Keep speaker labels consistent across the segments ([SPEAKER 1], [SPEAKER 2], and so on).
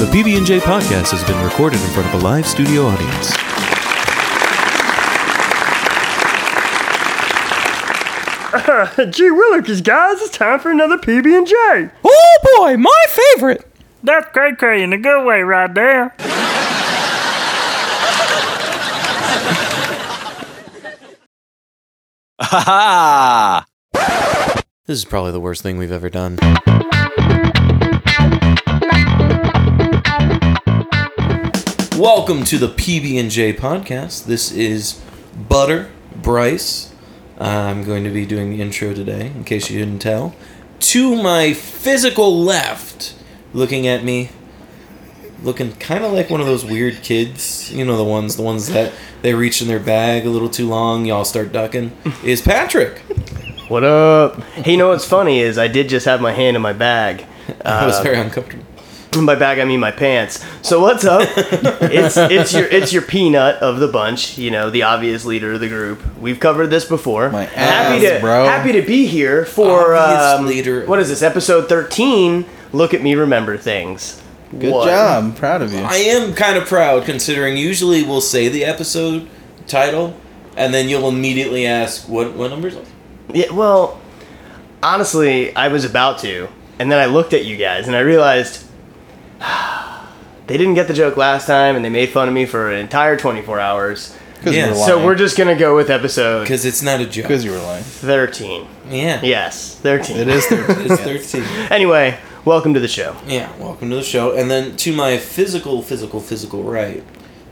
[SPEAKER 1] The BB&J podcast has been recorded in front of a live studio audience.
[SPEAKER 2] Gee willikers, guys, it's time for another PB&J.
[SPEAKER 3] Oh boy, my favorite.
[SPEAKER 2] That's cray cray in a good way right there.
[SPEAKER 4] Ah!
[SPEAKER 1] This is probably the worst thing we've ever done. Welcome to the PB&J podcast. This is Butter Bryce. I'm going to be doing the intro today, in case you didn't tell. To my physical left, looking at me, looking kind of like one of those weird kids. You know the ones, the ones that they reach in their bag a little too long, y'all start ducking. Is Patrick?
[SPEAKER 5] What up? Hey, you know what's funny is I did just have my hand in my bag.
[SPEAKER 1] I was very uncomfortable.
[SPEAKER 5] By bag, I mean my pants. So what's up? it's it's your it's your peanut of the bunch. You know, the obvious leader of the group. We've covered this before.
[SPEAKER 4] My
[SPEAKER 5] happy
[SPEAKER 4] ass,
[SPEAKER 5] to
[SPEAKER 4] bro.
[SPEAKER 5] happy to be here for
[SPEAKER 1] Obvious
[SPEAKER 5] um,
[SPEAKER 1] leader.
[SPEAKER 5] What is this episode thirteen? Look at me, remember things.
[SPEAKER 4] Good
[SPEAKER 5] What?
[SPEAKER 4] job. I'm proud of you.
[SPEAKER 1] I am kind of proud considering usually we'll say the episode title and then you'll immediately ask what what numbers
[SPEAKER 5] Yeah, well, honestly, I was about to, and then I looked at you guys and I realized they didn't get the joke last time, and they made fun of me for an entire 24 hours.
[SPEAKER 1] Yeah,
[SPEAKER 5] So we're just gonna go with episode
[SPEAKER 1] because it's not a joke.
[SPEAKER 4] because you were lying.
[SPEAKER 5] 13.
[SPEAKER 1] Yeah.
[SPEAKER 5] Yes, 13.
[SPEAKER 4] It is.
[SPEAKER 1] It's 13.
[SPEAKER 5] Anyway, welcome to the show.
[SPEAKER 1] Yeah, welcome to the show. And then to my physical, physical, physical right,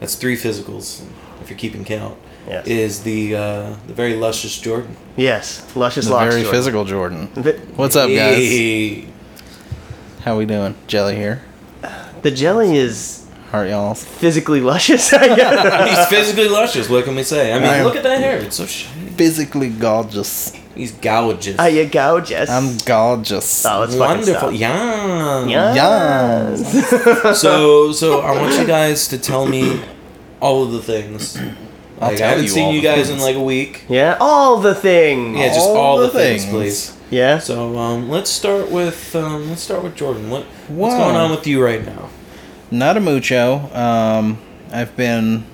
[SPEAKER 1] that's three physicals, if you're keeping count,
[SPEAKER 5] Yes.
[SPEAKER 1] is the uh, the very luscious Jordan.
[SPEAKER 5] Yes, luscious
[SPEAKER 4] The
[SPEAKER 5] locks.
[SPEAKER 4] very
[SPEAKER 5] Jordan.
[SPEAKER 4] physical Jordan.
[SPEAKER 5] The,
[SPEAKER 4] What's up, guys?
[SPEAKER 1] Hey.
[SPEAKER 4] How we doing? Jelly here.
[SPEAKER 5] the jelly is
[SPEAKER 4] Heart y'all.
[SPEAKER 5] physically luscious, I guess.
[SPEAKER 1] He's physically luscious, what can we say? I mean,
[SPEAKER 4] I-
[SPEAKER 1] look at that hair. It's so shiny.
[SPEAKER 4] Physically gorgeous.
[SPEAKER 1] He's gorgeous.
[SPEAKER 5] Are you gorgeous?
[SPEAKER 4] I'm gorgeous.
[SPEAKER 5] oh, Ah, let's
[SPEAKER 1] Wonderful.
[SPEAKER 5] fucking
[SPEAKER 1] Yeah.
[SPEAKER 5] stop.
[SPEAKER 4] Yes.
[SPEAKER 1] so so I want you guys to tell me all of the things.
[SPEAKER 4] I'll
[SPEAKER 1] Like, I
[SPEAKER 4] tell
[SPEAKER 1] haven't
[SPEAKER 4] you
[SPEAKER 1] seen
[SPEAKER 4] all
[SPEAKER 1] you
[SPEAKER 4] the
[SPEAKER 1] guys in
[SPEAKER 4] things.
[SPEAKER 1] like a week.
[SPEAKER 5] Yeah, all the things.
[SPEAKER 1] Yeah, just all,
[SPEAKER 4] All
[SPEAKER 1] the,
[SPEAKER 4] the
[SPEAKER 1] things,
[SPEAKER 4] things.
[SPEAKER 1] please.
[SPEAKER 5] Yeah.
[SPEAKER 1] So um, let's start with um, let's start with Jordan. What what's
[SPEAKER 4] Wow.
[SPEAKER 1] going on with you right now?
[SPEAKER 4] Not a mucho. Um, I've been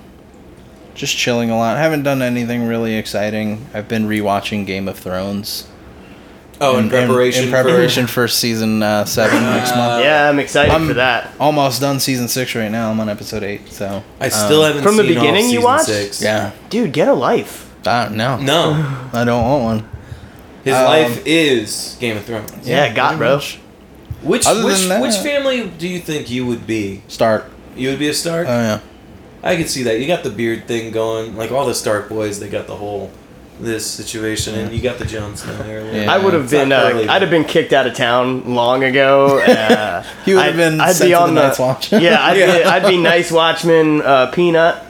[SPEAKER 4] just chilling a lot. haven't done anything really exciting. I've been rewatching Game of Thrones.
[SPEAKER 1] Oh, in, preparation.
[SPEAKER 4] In, preparation for, season uh, seven next month.
[SPEAKER 5] yeah, I'm excited
[SPEAKER 4] I'm
[SPEAKER 5] for that.
[SPEAKER 4] almost done season six right now. I'm on episode eight, so
[SPEAKER 1] For, I still haven't
[SPEAKER 5] from the
[SPEAKER 1] seen all of
[SPEAKER 5] beginning you
[SPEAKER 1] season
[SPEAKER 5] watched?
[SPEAKER 1] Six.
[SPEAKER 4] yeah. Uh,
[SPEAKER 5] Dude, get a life.
[SPEAKER 4] I don't know.
[SPEAKER 1] No,
[SPEAKER 4] I don't want one.
[SPEAKER 1] his
[SPEAKER 4] Um,
[SPEAKER 1] life is Game of Thrones.
[SPEAKER 5] Yeah, got
[SPEAKER 4] pretty
[SPEAKER 5] bro.
[SPEAKER 4] much.
[SPEAKER 1] Which
[SPEAKER 4] Other
[SPEAKER 1] which
[SPEAKER 4] than that-
[SPEAKER 1] which family do you think you would be?
[SPEAKER 4] Start.
[SPEAKER 1] You would be a Stark.
[SPEAKER 4] Oh yeah.
[SPEAKER 1] I could see that. You got the beard thing going. Like all the Stark boys, they got the whole this situation, and you got the Jones down there.
[SPEAKER 4] Yeah.
[SPEAKER 5] I would have
[SPEAKER 1] It's not
[SPEAKER 5] been. Uh,
[SPEAKER 1] really-
[SPEAKER 5] I'd have been kicked out of town long ago. Uh,
[SPEAKER 4] He would
[SPEAKER 5] I'd-
[SPEAKER 4] have been
[SPEAKER 5] I'd
[SPEAKER 4] sent
[SPEAKER 5] be
[SPEAKER 4] to
[SPEAKER 5] on
[SPEAKER 4] the
[SPEAKER 5] the-
[SPEAKER 4] Night's Watch.
[SPEAKER 5] yeah, I'd, Be, I'd be nice watchman uh, peanut.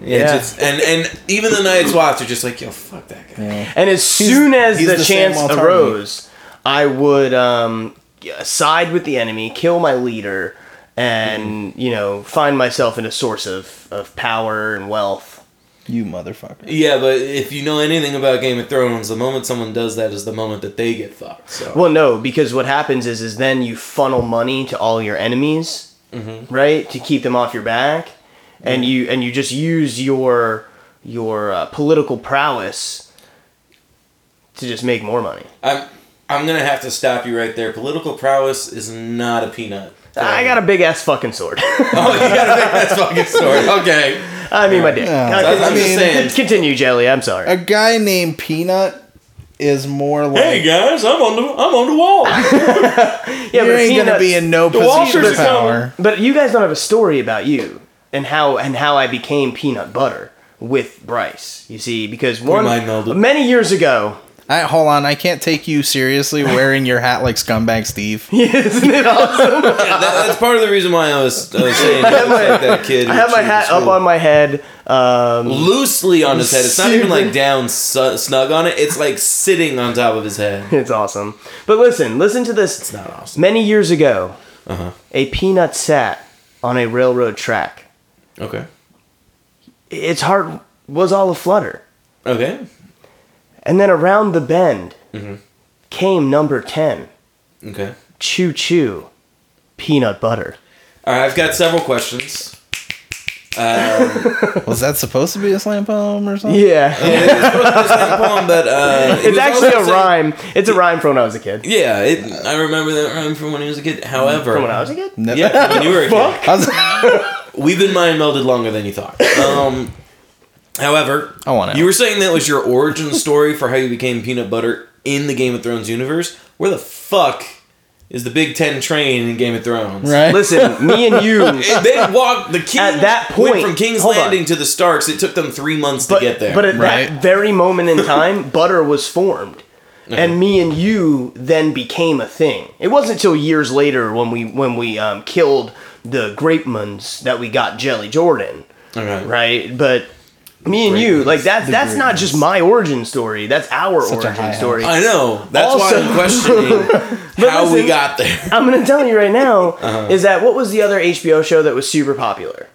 [SPEAKER 1] Yeah,
[SPEAKER 5] Yeah.
[SPEAKER 1] Just, and and even the Night's Watch are just like, yo, fuck that guy.
[SPEAKER 4] Yeah.
[SPEAKER 5] And as soon as
[SPEAKER 4] he's
[SPEAKER 5] the,
[SPEAKER 4] the same
[SPEAKER 5] chance
[SPEAKER 4] Walt Hartman.
[SPEAKER 5] arose, I would um, side with the enemy, kill my leader, and you know find myself in a source of, of power and wealth.
[SPEAKER 4] You motherfucker.
[SPEAKER 1] Yeah, but if you know anything about Game of Thrones, the moment someone does that is the moment that they get fucked. So
[SPEAKER 5] Well, no, because what happens is is then you funnel money to all your enemies,
[SPEAKER 1] Mm-hmm.
[SPEAKER 5] right, to keep them off your back, and you and you just use your your uh, political prowess to just make more money.
[SPEAKER 1] I'm I'm gonna have to stop you right there. Political prowess is not a peanut.
[SPEAKER 5] I got a big ass fucking sword.
[SPEAKER 1] Oh, you got a big ass fucking story. Okay.
[SPEAKER 5] I mean, my dick. Uh,
[SPEAKER 4] Yeah. I
[SPEAKER 5] continue-
[SPEAKER 1] I'm just saying.
[SPEAKER 5] continue, Jelly. I'm sorry.
[SPEAKER 4] A guy named Peanut is more like
[SPEAKER 1] Hey guys, I'm on the I'm on the wall.
[SPEAKER 5] yeah,
[SPEAKER 4] you ain't
[SPEAKER 5] peanut-
[SPEAKER 4] gonna be in no position
[SPEAKER 1] Walters
[SPEAKER 4] of
[SPEAKER 1] are coming.
[SPEAKER 4] power.
[SPEAKER 5] But you guys don't have a story about you and how and how I became peanut butter with Bryce. You see, because one
[SPEAKER 1] mind melded.
[SPEAKER 5] many years ago,
[SPEAKER 4] I, hold on, I can't take you seriously wearing your hat like scumbag Steve.
[SPEAKER 5] isn't it awesome?
[SPEAKER 1] That- that's part of the reason why I was, I was saying I
[SPEAKER 5] my-
[SPEAKER 1] like that kid.
[SPEAKER 5] I have my hat up on my head. Um,
[SPEAKER 1] loosely on his head. It's not even
[SPEAKER 5] Super-
[SPEAKER 1] like down su- snug on it. It's like sitting on top of his head.
[SPEAKER 5] it's awesome. But listen, listen to this. It's
[SPEAKER 1] not awesome.
[SPEAKER 5] Many years ago,
[SPEAKER 1] Uh-huh.
[SPEAKER 5] a peanut sat on a railroad track.
[SPEAKER 1] Okay.
[SPEAKER 5] Its heart was all aflutter.
[SPEAKER 1] Okay.
[SPEAKER 5] And then around the bend came number 10,
[SPEAKER 1] Okay.
[SPEAKER 5] Choo Choo Peanut Butter.
[SPEAKER 1] All right, I've got several questions.
[SPEAKER 4] Was that supposed to be a slam poem or something?
[SPEAKER 5] Yeah.
[SPEAKER 1] poem that, uh, it
[SPEAKER 5] It's
[SPEAKER 1] was
[SPEAKER 5] actually
[SPEAKER 1] also
[SPEAKER 5] a
[SPEAKER 1] saying-
[SPEAKER 5] rhyme. It's a rhyme from when I was a kid.
[SPEAKER 1] Yeah, it, I remember that rhyme from when I was a kid. However,
[SPEAKER 5] From when I was a kid?
[SPEAKER 4] No.
[SPEAKER 1] yeah, when you were a kid.
[SPEAKER 4] I, was-
[SPEAKER 1] We've been mind melded longer than you thought. Um, however,
[SPEAKER 4] I want it.
[SPEAKER 1] You were saying that was your origin story for how you became peanut butter in the Game of Thrones universe. Where the fuck is the Big Ten train in Game of Thrones?
[SPEAKER 4] right.
[SPEAKER 5] Listen, me and you.
[SPEAKER 1] It- They walked the king
[SPEAKER 5] At that
[SPEAKER 1] went
[SPEAKER 5] point-
[SPEAKER 1] from King's
[SPEAKER 5] hold on.
[SPEAKER 1] Landing to the Starks. It took them three months to get there.
[SPEAKER 5] But at
[SPEAKER 4] Right.
[SPEAKER 5] that very moment in time, butter was formed.
[SPEAKER 1] Uh-huh.
[SPEAKER 5] And me and you then became a thing. It wasn't till years later when we when we um, killed the grapemans that we got Jelly Jordan,
[SPEAKER 1] Okay.
[SPEAKER 5] right? But me and you, like that's that's not just my origin story. That's our
[SPEAKER 4] a high
[SPEAKER 5] origin story.
[SPEAKER 1] I know. That's
[SPEAKER 5] Also-
[SPEAKER 1] why I'm questioning how we
[SPEAKER 5] listen-
[SPEAKER 1] got there.
[SPEAKER 5] I'm gonna tell you right now
[SPEAKER 1] Uh-huh.
[SPEAKER 5] is that what was the other HBO show that was super popular?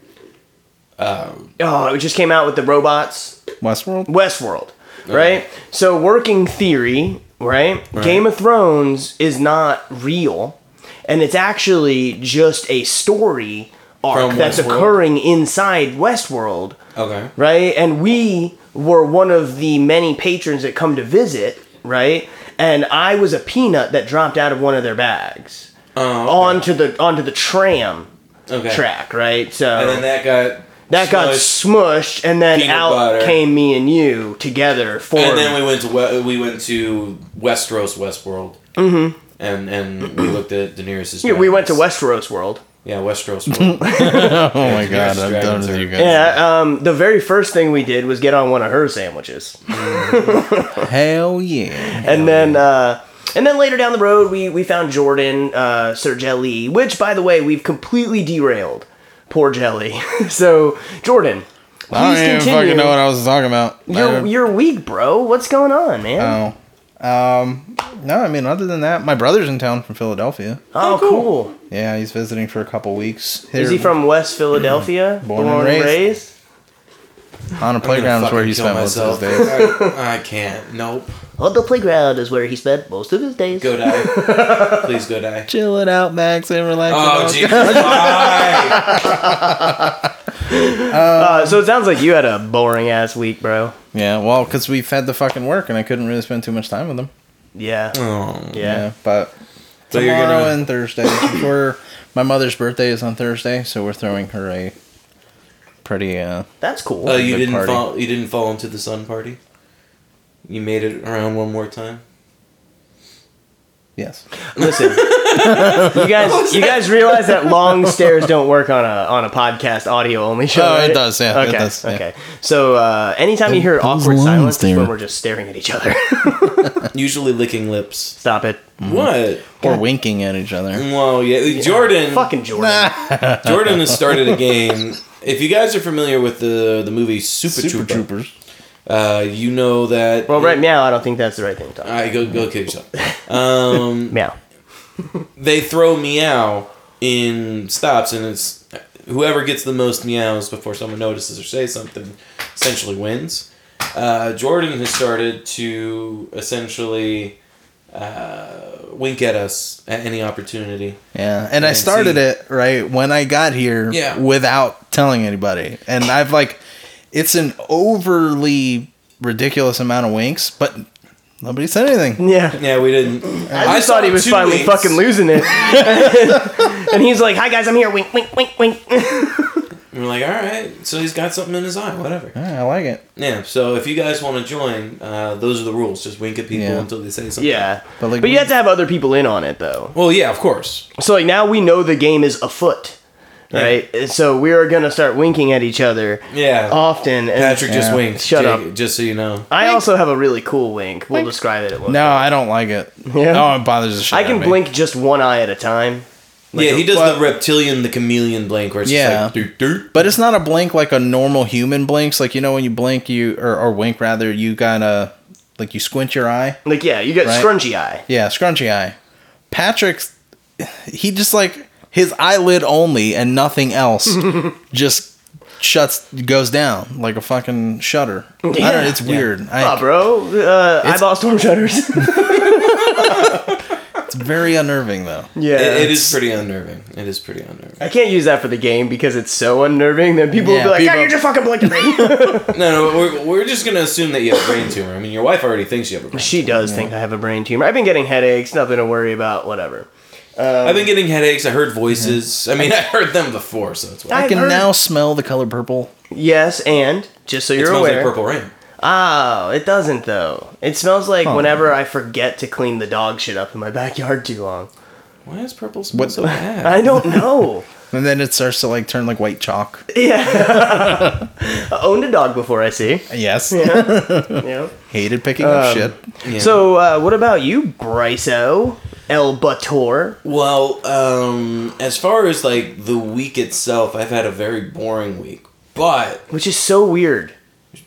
[SPEAKER 1] Um,
[SPEAKER 5] oh, it just came out with the robots.
[SPEAKER 4] Westworld.
[SPEAKER 5] Westworld, right? So working theory, right? Game of Thrones is not real, and it's actually just a story arc
[SPEAKER 1] From
[SPEAKER 5] that's
[SPEAKER 1] Westworld?
[SPEAKER 5] occurring inside Westworld,
[SPEAKER 1] Okay.
[SPEAKER 5] right? And we were one of the many patrons that come to visit, right? And I was a peanut that dropped out of one of their bags
[SPEAKER 1] Oh,
[SPEAKER 5] onto the onto the tram
[SPEAKER 1] okay.
[SPEAKER 5] track, right? So
[SPEAKER 1] And then that got
[SPEAKER 5] that got smushed, and then
[SPEAKER 1] Peanut
[SPEAKER 5] out
[SPEAKER 1] butter.
[SPEAKER 5] came me and you together. Formed.
[SPEAKER 1] and then we went to we- we went to Westeros Westworld. Mm-hmm. And and we looked at the nearest.
[SPEAKER 5] Yeah, we went to Westeros World.
[SPEAKER 1] Yeah, Westeros World.
[SPEAKER 4] Oh my god, I'm done
[SPEAKER 1] dragons
[SPEAKER 4] with
[SPEAKER 1] are-
[SPEAKER 4] you guys.
[SPEAKER 1] Mm-hmm.
[SPEAKER 5] Yeah, um, the very first thing we did was get on one of her sandwiches,
[SPEAKER 4] Hell yeah.
[SPEAKER 5] and then uh, and then later down the road we we found Jordan, uh, Sir Jelly, which by the way we've completely derailed. Poor Jelly. so Jordan, please
[SPEAKER 4] I don't even
[SPEAKER 5] continue.
[SPEAKER 4] fucking know what I was talking about. I
[SPEAKER 5] you're
[SPEAKER 4] don't-
[SPEAKER 5] you're weak, bro. What's going on, man?
[SPEAKER 4] Oh. Um, no, I mean, other than that, my brother's in town from Philadelphia.
[SPEAKER 5] oh, cool.
[SPEAKER 4] Yeah, he's visiting for a couple weeks.
[SPEAKER 5] Is he from West Philadelphia?
[SPEAKER 4] Born and raised. On a playground is where he
[SPEAKER 1] Fucking
[SPEAKER 4] spent
[SPEAKER 1] kill
[SPEAKER 4] most of his
[SPEAKER 1] myself.
[SPEAKER 4] days.
[SPEAKER 1] I can't. Nope.
[SPEAKER 5] Well, the playground is where he spent most of his days.
[SPEAKER 1] Go die. Please go die.
[SPEAKER 4] Chill it out, Max, and relax.
[SPEAKER 1] Oh Jesus! Why?
[SPEAKER 5] Uh, so it sounds like you had a boring ass week, bro.
[SPEAKER 4] Yeah, well, because we've had the fucking work, and I couldn't really spend too much time with him.
[SPEAKER 5] Yeah.
[SPEAKER 1] Oh.
[SPEAKER 5] Yeah.
[SPEAKER 4] Mm, Yeah, but
[SPEAKER 1] So you're
[SPEAKER 4] tomorrow
[SPEAKER 1] gonna
[SPEAKER 4] and Thursday. we're, my mother's birthday is on Thursday, so we're throwing her a pretty. uh
[SPEAKER 5] That's cool.
[SPEAKER 1] Oh, you
[SPEAKER 4] Big
[SPEAKER 1] didn't
[SPEAKER 4] party.
[SPEAKER 1] fall. You didn't fall into the sun party. You made it around one more time.
[SPEAKER 4] Yes.
[SPEAKER 5] Listen, you guys, you guys realize that long stairs don't work on a on a podcast audio only show.
[SPEAKER 4] Oh, it
[SPEAKER 5] right?
[SPEAKER 4] does, yeah, it
[SPEAKER 5] Okay.
[SPEAKER 4] does, yeah.
[SPEAKER 5] Okay. So uh, anytime you hear awkward
[SPEAKER 4] long
[SPEAKER 5] silence, it's
[SPEAKER 4] stare.
[SPEAKER 5] when we're just staring at each other.
[SPEAKER 1] Usually licking lips.
[SPEAKER 5] Stop it.
[SPEAKER 4] Mm.
[SPEAKER 1] What?
[SPEAKER 4] Or winking at each other.
[SPEAKER 1] Well, yeah. Jordan.
[SPEAKER 5] Fucking Jordan.
[SPEAKER 1] Jordan has started a game. If you guys are familiar with the the movie Super,
[SPEAKER 4] Super
[SPEAKER 1] Trooper,
[SPEAKER 4] Troopers.
[SPEAKER 1] Uh, you know that.
[SPEAKER 5] Well, right meow. I don't think that's the right thing to talk.
[SPEAKER 4] Uh,
[SPEAKER 1] All right, go go kill yourself. Um,
[SPEAKER 5] meow.
[SPEAKER 1] they throw meow in stops, and it's whoever gets the most meows before someone notices or says something essentially wins. Uh, Jordan has started to essentially uh, wink at us at any opportunity.
[SPEAKER 4] Yeah, and I
[SPEAKER 1] And
[SPEAKER 4] started
[SPEAKER 1] see-
[SPEAKER 4] it right when I got here
[SPEAKER 1] Yeah.
[SPEAKER 4] without telling anybody. And I've like it's an overly ridiculous amount of winks, but nobody said anything.
[SPEAKER 5] Yeah.
[SPEAKER 1] Yeah, we didn't.
[SPEAKER 5] I, just thought he was finally fucking losing it, and he's like, "Hi guys, I'm here." Wink, wink, wink, wink.
[SPEAKER 1] We're like, all right, so he's got something in his eye, whatever.
[SPEAKER 4] Yeah, I like it.
[SPEAKER 1] Yeah, so if you guys want to join, uh, those are the rules. Just wink at people
[SPEAKER 4] Yeah.
[SPEAKER 1] until they say something.
[SPEAKER 5] Yeah.
[SPEAKER 4] But, like,
[SPEAKER 5] but
[SPEAKER 4] we-
[SPEAKER 5] you have to have other people in on it though.
[SPEAKER 1] Well, yeah, of course.
[SPEAKER 5] So like now we know the game is afoot, right? So we are gonna start winking at each other
[SPEAKER 1] Yeah.
[SPEAKER 5] often. And
[SPEAKER 1] Patrick just
[SPEAKER 4] Yeah.
[SPEAKER 1] winked.
[SPEAKER 5] Oh, Shut
[SPEAKER 1] Jake,
[SPEAKER 5] up.
[SPEAKER 1] Just so you know.
[SPEAKER 5] I also have a really cool wink. We'll describe it. At one
[SPEAKER 4] No,
[SPEAKER 5] point.
[SPEAKER 4] I don't like it.
[SPEAKER 5] Yeah.
[SPEAKER 4] Oh, it bothers the shit.
[SPEAKER 5] I
[SPEAKER 4] out
[SPEAKER 5] can
[SPEAKER 4] of me.
[SPEAKER 5] blink just one eye at a time.
[SPEAKER 1] yeah, he does
[SPEAKER 4] what-
[SPEAKER 1] the reptilian, the chameleon blink, where it's
[SPEAKER 4] Yeah.
[SPEAKER 1] just like, "Doot, doot."
[SPEAKER 4] But it's not a blink like a normal human blinks. Like you know when you blink you or, or wink rather, you gotta like you squint your eye.
[SPEAKER 5] Like yeah, you got
[SPEAKER 4] Right.
[SPEAKER 5] scrunchy eye.
[SPEAKER 4] Yeah, scrunchy eye. Patrick's he just like his eyelid only and nothing else just shuts goes down like a fucking shutter. I don't know, it's weird. I,
[SPEAKER 5] Ah, bro, uh, eyeball storm shutters.
[SPEAKER 4] It's very unnerving though.
[SPEAKER 5] Yeah,
[SPEAKER 1] It- it is pretty unnerving. It is pretty unnerving.
[SPEAKER 5] I can't use that for the game because it's so unnerving that people will
[SPEAKER 4] Yeah,
[SPEAKER 5] be like,
[SPEAKER 4] people-
[SPEAKER 5] "God, you're just fucking blinking me."
[SPEAKER 1] No, no, we're, we're just gonna assume that you have a brain tumor. I mean, your wife already thinks you have a brain.
[SPEAKER 5] she does think I have a brain tumor. I've been getting headaches, nothing to worry about, whatever. Uh,
[SPEAKER 1] I've been getting headaches. I heard voices.
[SPEAKER 5] mm-hmm.
[SPEAKER 1] I mean, I heard them before, so it's why.
[SPEAKER 5] I've
[SPEAKER 4] I can
[SPEAKER 5] heard-
[SPEAKER 4] now smell the color purple.
[SPEAKER 5] Yes, and just so
[SPEAKER 1] It
[SPEAKER 5] you're
[SPEAKER 1] smells
[SPEAKER 5] aware,
[SPEAKER 1] like purple rain.
[SPEAKER 5] Oh, it doesn't though. It smells like whenever I forget to clean the dog shit up in my backyard too long.
[SPEAKER 1] Why is purple smell
[SPEAKER 4] What-
[SPEAKER 1] so bad?
[SPEAKER 5] I don't know.
[SPEAKER 4] And then it starts to like turn like white chalk.
[SPEAKER 5] I owned a dog before, I see.
[SPEAKER 4] Yes.
[SPEAKER 5] Yeah. Um,
[SPEAKER 4] Hated picking up shit.
[SPEAKER 1] Yeah.
[SPEAKER 5] So, uh, what about you, Bryso El Bator?
[SPEAKER 1] Well, um, as far as like the week itself, I've had a very boring week. But
[SPEAKER 5] Which is so weird.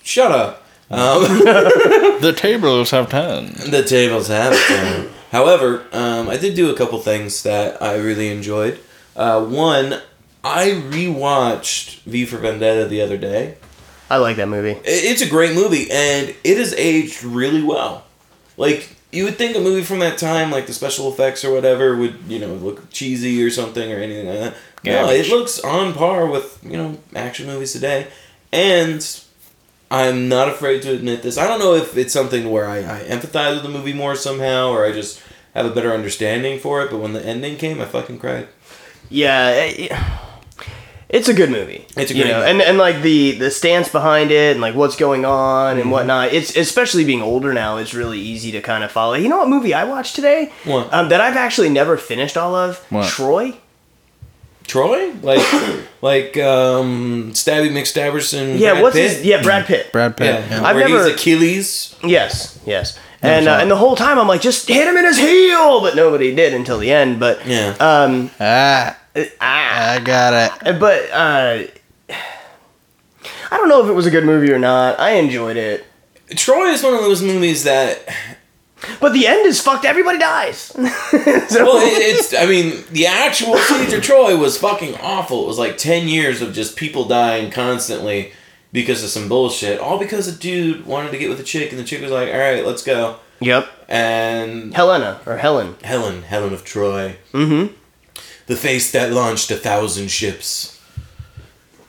[SPEAKER 1] shut up.
[SPEAKER 4] The tables have turned.
[SPEAKER 1] The tables have turned. However, um, I did do a couple things that I really enjoyed. Uh, one, I rewatched V for Vendetta the other day.
[SPEAKER 5] I like that movie.
[SPEAKER 1] I- It's a great movie, and it has aged really well. Like you would think a movie from that time, like the special effects or whatever, would you know look cheesy or something or anything like that. No, it looks on par with you know action movies today, and I'm not afraid to admit this. I don't know if it's something where I, I empathize with the movie more somehow, or I just have a better understanding for it. But when the ending came, I fucking cried.
[SPEAKER 5] Yeah, it- it's a good movie.
[SPEAKER 1] It's a
[SPEAKER 5] you
[SPEAKER 1] great
[SPEAKER 5] know,
[SPEAKER 1] movie.
[SPEAKER 5] and and like the the stance behind it and like what's going on
[SPEAKER 1] Mm-hmm.
[SPEAKER 5] and whatnot. It's especially being older now. It's really easy to kind of follow. You know what movie I watched today?
[SPEAKER 1] What?
[SPEAKER 5] um, that I've actually never finished all of?
[SPEAKER 4] What?
[SPEAKER 5] Troy.
[SPEAKER 1] Troy, like, like um, Stabby McStabberson.
[SPEAKER 5] Yeah,
[SPEAKER 1] Brad
[SPEAKER 5] what's
[SPEAKER 1] Pitt?
[SPEAKER 5] his? Yeah, Brad Pitt.
[SPEAKER 4] Brad Pitt.
[SPEAKER 1] Yeah,
[SPEAKER 4] Yeah.
[SPEAKER 5] I've
[SPEAKER 1] where
[SPEAKER 5] never-
[SPEAKER 1] he's Achilles.
[SPEAKER 5] Yes, yes. And uh, and the whole time I'm like, just hit him in his heel, but nobody did until the end. But
[SPEAKER 1] Yeah.
[SPEAKER 5] um,
[SPEAKER 4] Ah,
[SPEAKER 5] ah,
[SPEAKER 4] I got it.
[SPEAKER 5] but uh, I don't know if it was a good movie or not. I enjoyed it,
[SPEAKER 1] Troy is one of those movies that
[SPEAKER 5] but the end is fucked. Everybody dies. So-
[SPEAKER 1] well, it, it's I mean the actual siege of Troy was fucking awful. It was like ten years of just people dying constantly because of some bullshit, all because a dude wanted to get with a chick and the chick was like, "All right, let's go."
[SPEAKER 5] yep,
[SPEAKER 1] And
[SPEAKER 5] Helena or Helen.
[SPEAKER 1] Helen, Helen of Troy, mm-hmm. the face that launched a thousand ships,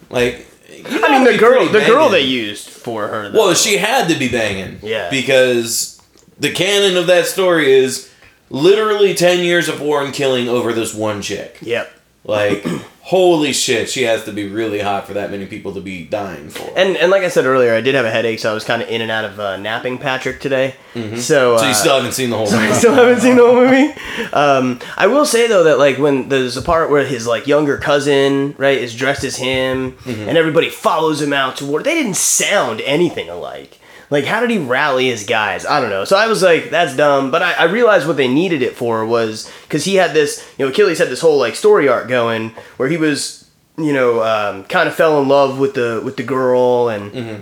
[SPEAKER 1] like.
[SPEAKER 5] I mean, the girl, the girl they used for her. Though.
[SPEAKER 1] Well, she had to be banging.
[SPEAKER 5] Yeah.
[SPEAKER 1] Because the canon of that story is literally 10 years of war and killing over this one chick.
[SPEAKER 5] Yep.
[SPEAKER 1] Like, holy shit, she has to be really hot for that many people to be dying for.
[SPEAKER 5] And and like I said earlier, I did have a headache, so I was kind of in and out of uh, napping Patrick today. So,
[SPEAKER 1] Mm-hmm. so
[SPEAKER 5] uh,
[SPEAKER 1] you still haven't seen the whole
[SPEAKER 5] I
[SPEAKER 1] thing.
[SPEAKER 5] still haven't seen the whole movie. Um, I will say though that like when there's a part where his like younger cousin right is dressed as him, and everybody follows him out to war. They didn't sound anything alike. Like how did he rally his guys? I don't know. So I was like, that's dumb. But I, I realized what they needed it for was because he had this, you know, Achilles had this whole like story arc going where he was, you know, um, kind of fell in love with the with the girl and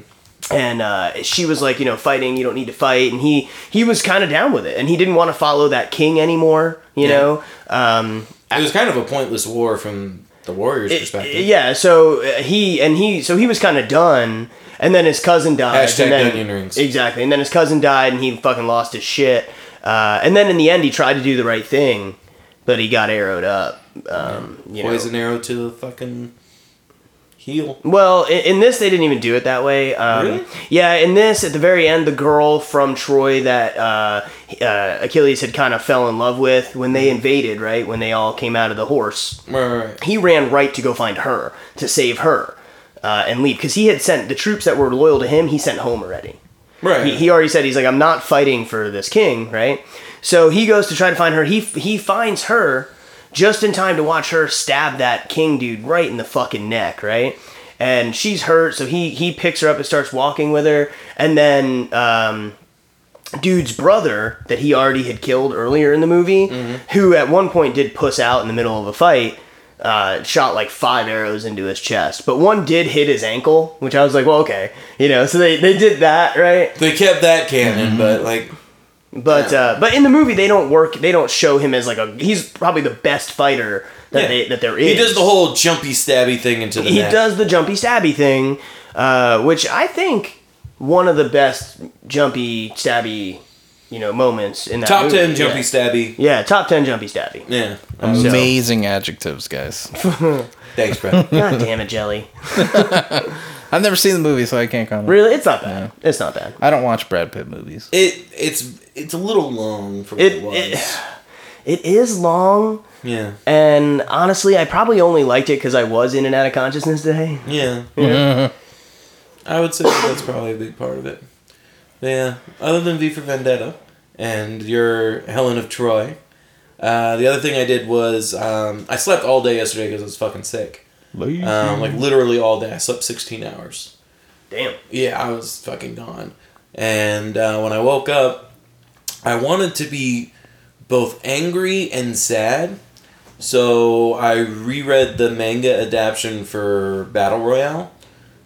[SPEAKER 5] and uh, she was like, you know, fighting. You don't need to fight. And he he was kind of down with it, and he didn't want to follow that king anymore. You
[SPEAKER 1] Yeah.
[SPEAKER 5] know, um,
[SPEAKER 1] It was kind of a pointless war from the warrior's
[SPEAKER 5] it-
[SPEAKER 1] perspective.
[SPEAKER 5] yeah. So uh, he and he so he was kind of done. And then his cousin died.
[SPEAKER 1] Hashtag
[SPEAKER 5] and then,
[SPEAKER 1] onion rings.
[SPEAKER 5] Exactly. And then his cousin died, and he fucking lost his shit. Uh, and then in the end, he tried to do the right thing, but he got arrowed up. Um, you know.
[SPEAKER 1] Poison arrow to the fucking heel.
[SPEAKER 5] Well, in, in this they didn't even do it that way. Um,
[SPEAKER 1] Really?
[SPEAKER 5] Yeah, in this at the very end, the girl from Troy that uh, uh, Achilles had kind of fell in love with when they invaded, right? When they all came out of the horse,
[SPEAKER 1] Right, right, right.
[SPEAKER 5] he ran right to go find her to save her uh, and leave because he had sent the troops that were loyal to him. He sent home already.
[SPEAKER 1] Right.
[SPEAKER 5] He, he already said he's like I'm not fighting for this king, right? So he goes to try to find her. He he finds her just in time to watch her stab that king dude right in the fucking neck, right? And she's hurt, so he he picks her up and starts walking with her, and then um, dude's brother that he already had killed earlier in the movie, who at one point did puss out in the middle of a fight. Uh, shot like five arrows into his chest, but one did hit his ankle, which I was like, well, okay, you know. So they they did that, right?
[SPEAKER 1] they kept that
[SPEAKER 5] Mm-hmm.
[SPEAKER 1] canon, but like,
[SPEAKER 5] But uh, but in the movie they don't work. They don't show him as like a. He's probably the best fighter that
[SPEAKER 1] Yeah.
[SPEAKER 5] they that there is.
[SPEAKER 1] he does the whole jumpy stabby thing into the
[SPEAKER 5] He
[SPEAKER 1] neck.
[SPEAKER 5] does the jumpy stabby thing, uh, which I think one of the best jumpy stabby you know moments in that
[SPEAKER 1] Top
[SPEAKER 5] movie.
[SPEAKER 1] ten jumpy
[SPEAKER 5] yeah.
[SPEAKER 1] stabby.
[SPEAKER 5] Yeah, top ten jumpy stabby.
[SPEAKER 1] Yeah.
[SPEAKER 4] Amazing adjectives, guys.
[SPEAKER 1] Thanks, bro.
[SPEAKER 5] God damn it, Jelly.
[SPEAKER 4] I've never seen the movie, so I can't comment.
[SPEAKER 5] Really, it's not bad. It's not bad.
[SPEAKER 4] I don't watch Brad Pitt movies.
[SPEAKER 1] it it's it's a little long for what
[SPEAKER 5] It
[SPEAKER 1] it, was.
[SPEAKER 5] it, it is long,
[SPEAKER 1] yeah.
[SPEAKER 5] and honestly, I probably only liked it because I was in and out of consciousness today.
[SPEAKER 1] Yeah. I would say that that's probably a big part of it. Yeah. Other than V for Vendetta and your Helen of Troy, uh, the other thing I did was um, I slept all day yesterday because I was fucking sick. Um, like literally all day. I slept 16 hours.
[SPEAKER 5] Damn.
[SPEAKER 1] Yeah, I was fucking gone. And uh, when I woke up, I wanted to be both angry and sad. So I reread the manga adaptation for Battle Royale.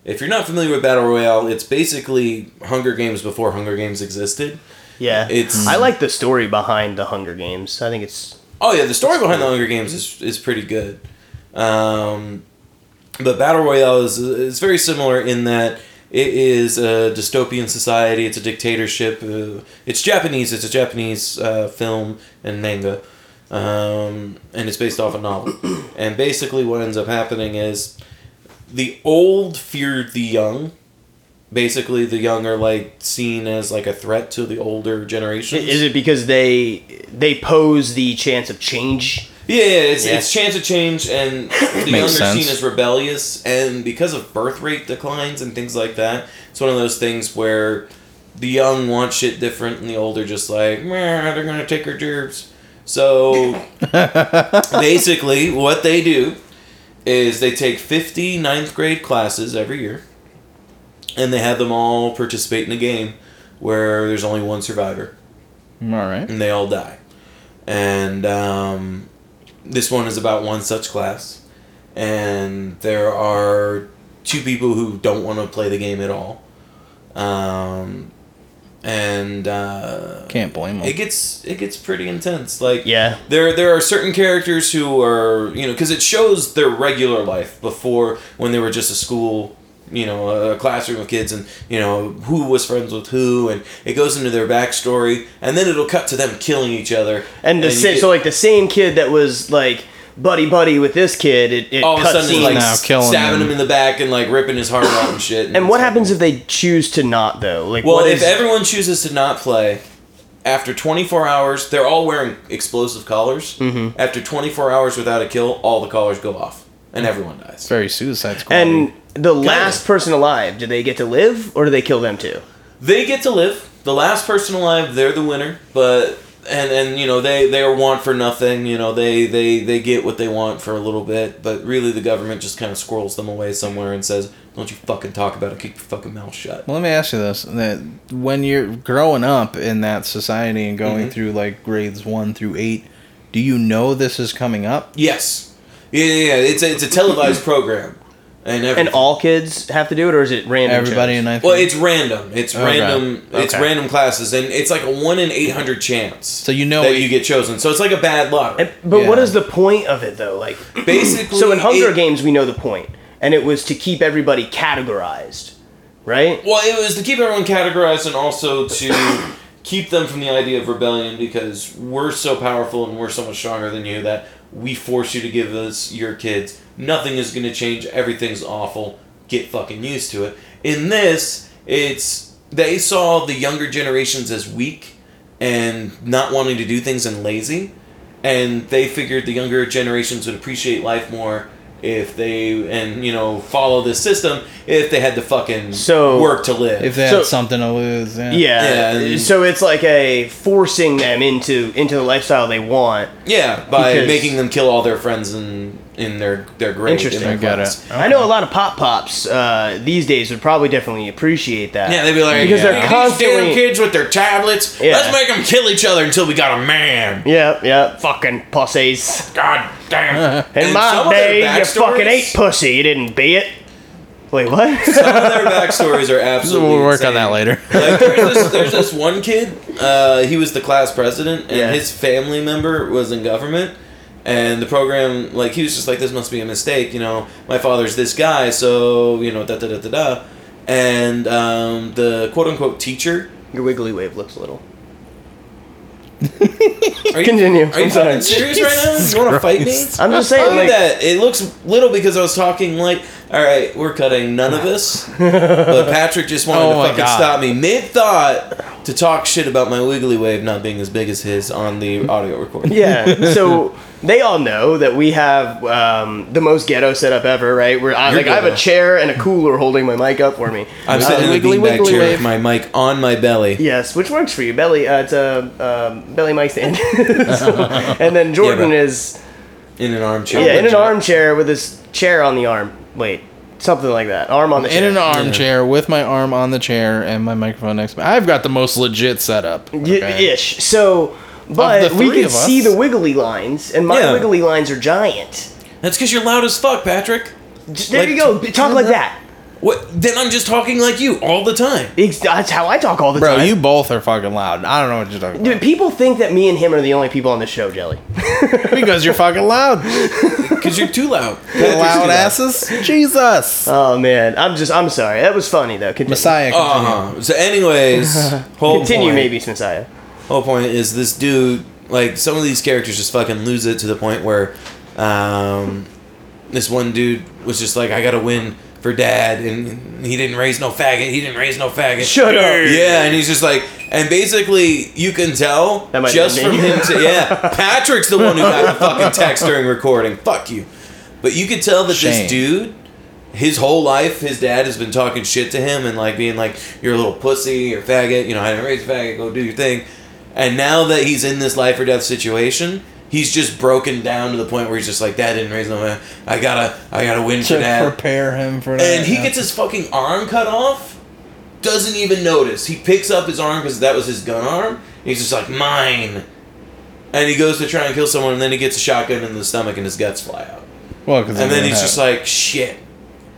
[SPEAKER 1] If you're not familiar with Battle Royale, it's basically Hunger Games before Hunger Games existed.
[SPEAKER 5] Yeah,
[SPEAKER 1] It's-
[SPEAKER 5] I like the story behind the Hunger Games. I think it's
[SPEAKER 1] Oh yeah, the story behind the Hunger Games is is pretty good. Um, but Battle Royale is is very similar in that it is a dystopian society. It's a dictatorship. Uh, it's Japanese. It's a Japanese uh, film and manga, um, and it's based off a novel. and basically, what ends up happening is the old feared the young. Basically, the young are like seen as like a threat to the older generation.
[SPEAKER 5] is it because they they pose the chance of change.
[SPEAKER 1] Yeah, yeah, it's,
[SPEAKER 5] Yeah.
[SPEAKER 1] it's chance of change, and the younger
[SPEAKER 4] sense.
[SPEAKER 1] seen as rebellious, and because of birth rate declines and things like that, it's one of those things where the young want shit different, and the older just like, "Meh, they're gonna take our jobs. So basically, what they do is they take 50 ninth grade classes every year, and they have them all participate in a game where there's only one survivor
[SPEAKER 4] All right.
[SPEAKER 1] and they all die. And um, this one is about one such class, and there are two people who don't want to play the game at all. Um, and uh,
[SPEAKER 4] Can't blame
[SPEAKER 1] it
[SPEAKER 4] him.
[SPEAKER 1] gets it gets pretty intense. Like
[SPEAKER 5] Yeah.
[SPEAKER 1] there there are certain characters who are you know because it shows their regular life before when they were just a school you know a classroom of kids and you know who was friends with who and it goes into their backstory and then it'll cut to them killing each other
[SPEAKER 5] And the
[SPEAKER 1] you
[SPEAKER 5] same,
[SPEAKER 1] get-
[SPEAKER 5] so like the same kid that was like buddy buddy with this kid, it, it
[SPEAKER 1] all of a
[SPEAKER 5] cuts
[SPEAKER 1] sudden it's
[SPEAKER 5] scenes.
[SPEAKER 1] like
[SPEAKER 4] now,
[SPEAKER 1] s-
[SPEAKER 4] killing
[SPEAKER 1] stabbing
[SPEAKER 4] them.
[SPEAKER 1] him in the back and like ripping his heart out and shit
[SPEAKER 5] And what happens if they choose to not though? Like
[SPEAKER 1] well
[SPEAKER 5] what
[SPEAKER 1] if
[SPEAKER 5] is-
[SPEAKER 1] everyone chooses to not play after 24 hours they're all wearing explosive collars
[SPEAKER 5] Mm-hmm.
[SPEAKER 1] after 24 hours without a kill all the collars go off and
[SPEAKER 5] Mm.
[SPEAKER 1] everyone dies
[SPEAKER 4] Very Suicide Squad.
[SPEAKER 5] and the last person alive, do they get to live or do they kill them too?
[SPEAKER 1] they get to live. The last person alive, they're the winner. But and and you know they they are want for nothing. You know they they they get what they want for a little bit. But really, the government just kind of squirrels them away somewhere and says, "Don't you fucking talk about it. Keep your fucking mouth shut."
[SPEAKER 4] Well, let me ask you this: that when you're growing up in that society and
[SPEAKER 1] Mm-hmm.
[SPEAKER 4] going through like grades one through eight, do you know this is coming up?
[SPEAKER 1] Yes. Yeah, yeah, yeah. It's a, it's a televised program, and
[SPEAKER 5] And
[SPEAKER 1] everything.
[SPEAKER 5] all kids have to do it or is it random?
[SPEAKER 4] Everybody
[SPEAKER 5] chose?
[SPEAKER 4] in ninth.
[SPEAKER 1] Well,
[SPEAKER 4] grade?
[SPEAKER 1] it's random. It's
[SPEAKER 4] Okay.
[SPEAKER 1] random. It's
[SPEAKER 4] Okay.
[SPEAKER 1] random classes, and it's like a one in eight hundred chance. So
[SPEAKER 4] you know
[SPEAKER 1] that
[SPEAKER 4] it-
[SPEAKER 1] you get chosen. So it's like a bad lottery.
[SPEAKER 5] And- But what
[SPEAKER 4] Yeah.
[SPEAKER 5] is the point of it though? Like
[SPEAKER 1] Basically,
[SPEAKER 5] So in Hunger
[SPEAKER 1] it-
[SPEAKER 5] Games, we know the point, and it was to keep everybody categorized, right?
[SPEAKER 1] Well, it was to keep everyone categorized and also to keep them from the idea of rebellion because we're so powerful and we're so much stronger than you that we force you to give us your kids. Nothing is going to change. Everything's awful. Get fucking used to it. In this, it's they saw the younger generations as weak and not wanting to do things and lazy and they figured the younger generations would appreciate life more if they and you know follow this system if they had to fucking
[SPEAKER 5] So-
[SPEAKER 1] work to live.
[SPEAKER 4] if they
[SPEAKER 5] so-
[SPEAKER 4] had something to lose, yeah.
[SPEAKER 5] Yeah.
[SPEAKER 1] Yeah, and-
[SPEAKER 5] So it's like a forcing them into into the lifestyle they want.
[SPEAKER 1] yeah, by
[SPEAKER 5] Because-
[SPEAKER 1] making them kill all their friends in in their their grade.
[SPEAKER 5] Interesting.
[SPEAKER 1] In
[SPEAKER 5] I
[SPEAKER 1] their
[SPEAKER 4] get
[SPEAKER 1] class.
[SPEAKER 4] it.
[SPEAKER 5] I know a lot of pop pops uh, these days would probably definitely appreciate that.
[SPEAKER 1] Yeah, they'd be like
[SPEAKER 5] Because they're
[SPEAKER 1] "These
[SPEAKER 5] constantly-
[SPEAKER 1] damn kids with their tablets.
[SPEAKER 5] Yeah.
[SPEAKER 1] Let's make them kill each other until we got a man.
[SPEAKER 5] Yep, yep, fucking pussies.
[SPEAKER 1] God damn.
[SPEAKER 5] In
[SPEAKER 1] And some
[SPEAKER 5] my
[SPEAKER 1] of their
[SPEAKER 5] day, you
[SPEAKER 1] backstories-
[SPEAKER 5] fucking ate pussy. You didn't be it. Wait, what?
[SPEAKER 1] Some of their backstories
[SPEAKER 4] So
[SPEAKER 1] are absolutely.
[SPEAKER 4] we'll work on
[SPEAKER 1] insane.
[SPEAKER 4] that later.
[SPEAKER 1] like there's this, there's this one kid. Uh, he was the class president, and
[SPEAKER 5] Yeah.
[SPEAKER 1] his family member was in government. And the program, like he was just like, this must be a mistake. You know, my father's this guy, so you know, da da da da da. And um, the quote unquote teacher
[SPEAKER 5] Your wiggly wave looks little.
[SPEAKER 1] Are you,
[SPEAKER 5] Continue.
[SPEAKER 1] Are you
[SPEAKER 5] I'm
[SPEAKER 1] fucking
[SPEAKER 5] sorry.
[SPEAKER 1] serious right now? You want to fight me?
[SPEAKER 5] I'm just saying,
[SPEAKER 1] Tell me
[SPEAKER 5] like-
[SPEAKER 1] that it looks little because I was talking like, all right, we're cutting none of this. but Patrick just wanted
[SPEAKER 4] Oh
[SPEAKER 1] to
[SPEAKER 4] my
[SPEAKER 1] fucking
[SPEAKER 4] God.
[SPEAKER 1] stop me mid thought to talk shit about my wiggly wave not being as big as his on the audio recording.
[SPEAKER 5] Yeah. so they all know that we have um, the most ghetto setup ever, right? Where I,
[SPEAKER 1] You're
[SPEAKER 5] like I have
[SPEAKER 1] ghetto.
[SPEAKER 5] a chair and a cooler holding my mic up for me. Uh,
[SPEAKER 1] I'm sitting in a
[SPEAKER 4] Wiggly,
[SPEAKER 1] beanbag
[SPEAKER 4] wiggly
[SPEAKER 1] chair
[SPEAKER 4] wave.
[SPEAKER 1] with my mic on my belly.
[SPEAKER 5] Yes, which works for you, belly. Uh, it's a um, belly mic stand. So- and then Jordan
[SPEAKER 1] Yeah, but-
[SPEAKER 5] is
[SPEAKER 1] in an armchair.
[SPEAKER 5] yeah in an armchair with his chair on the arm. Wait, something like that. Arm on the
[SPEAKER 4] In
[SPEAKER 5] chair.
[SPEAKER 4] an armchair with my arm on the chair and my microphone next to me. I've got the most legit setup.
[SPEAKER 5] Y-
[SPEAKER 4] okay?
[SPEAKER 5] Ish. So, but
[SPEAKER 4] the
[SPEAKER 5] we
[SPEAKER 4] three
[SPEAKER 5] could
[SPEAKER 4] of us-
[SPEAKER 5] see the wiggly lines, and my
[SPEAKER 1] Yeah.
[SPEAKER 5] wiggly lines are giant.
[SPEAKER 1] That's because you're loud as fuck, Patrick.
[SPEAKER 5] J- There
[SPEAKER 1] Like,
[SPEAKER 5] you go. B- Talk like that.
[SPEAKER 1] What? Then I'm just talking like you all the time.
[SPEAKER 5] Ex- That's how I talk all the
[SPEAKER 4] Bro,
[SPEAKER 5] time.
[SPEAKER 4] you both are fucking loud. I don't know what you're talking about.
[SPEAKER 5] Dude, people think that me and him are the only people on this show, Jelly.
[SPEAKER 4] because you're fucking loud.
[SPEAKER 1] Because you're too loud. Patrick's too
[SPEAKER 4] loud asses? Jesus.
[SPEAKER 5] Oh man, I'm just I'm sorry. That was funny though. Continue.
[SPEAKER 4] Messiah. Oh,
[SPEAKER 1] Uh-huh. So, anyways, whole
[SPEAKER 5] Continue,
[SPEAKER 1] point-
[SPEAKER 5] maybe it's Messiah.
[SPEAKER 1] Whole point is this dude, like, some of these characters just fucking lose it to the point where, um, this one dude was just like, I gotta win for dad, and he didn't raise no faggot. He didn't raise no faggot.
[SPEAKER 5] Shut up.
[SPEAKER 1] Yeah, and he's just like, and basically, you can tell
[SPEAKER 5] That might
[SPEAKER 1] just
[SPEAKER 5] be me.
[SPEAKER 1] from him to yeah, Patrick's the one who got the fucking text during recording. Fuck you. But you could tell that
[SPEAKER 4] Shame.
[SPEAKER 1] this dude, his whole life, his dad has been talking shit to him and like being like, "You're a little pussy, you're a faggot, you know, I didn't raise a faggot, go do your thing." And now that he's in this life or death situation, he's just broken down to the point where he's just like, "Dad didn't raise no man. I gotta, I gotta win for
[SPEAKER 4] to
[SPEAKER 1] dad."
[SPEAKER 4] prepare him for that.
[SPEAKER 1] and he gets his fucking arm cut off. Doesn't even notice. He picks up his arm because that was his gun arm. and he's just like mine, and he goes to try and kill someone, and then he gets a shotgun in the stomach, and his guts fly out.
[SPEAKER 4] well, cause
[SPEAKER 1] And then he's just like, "Shit,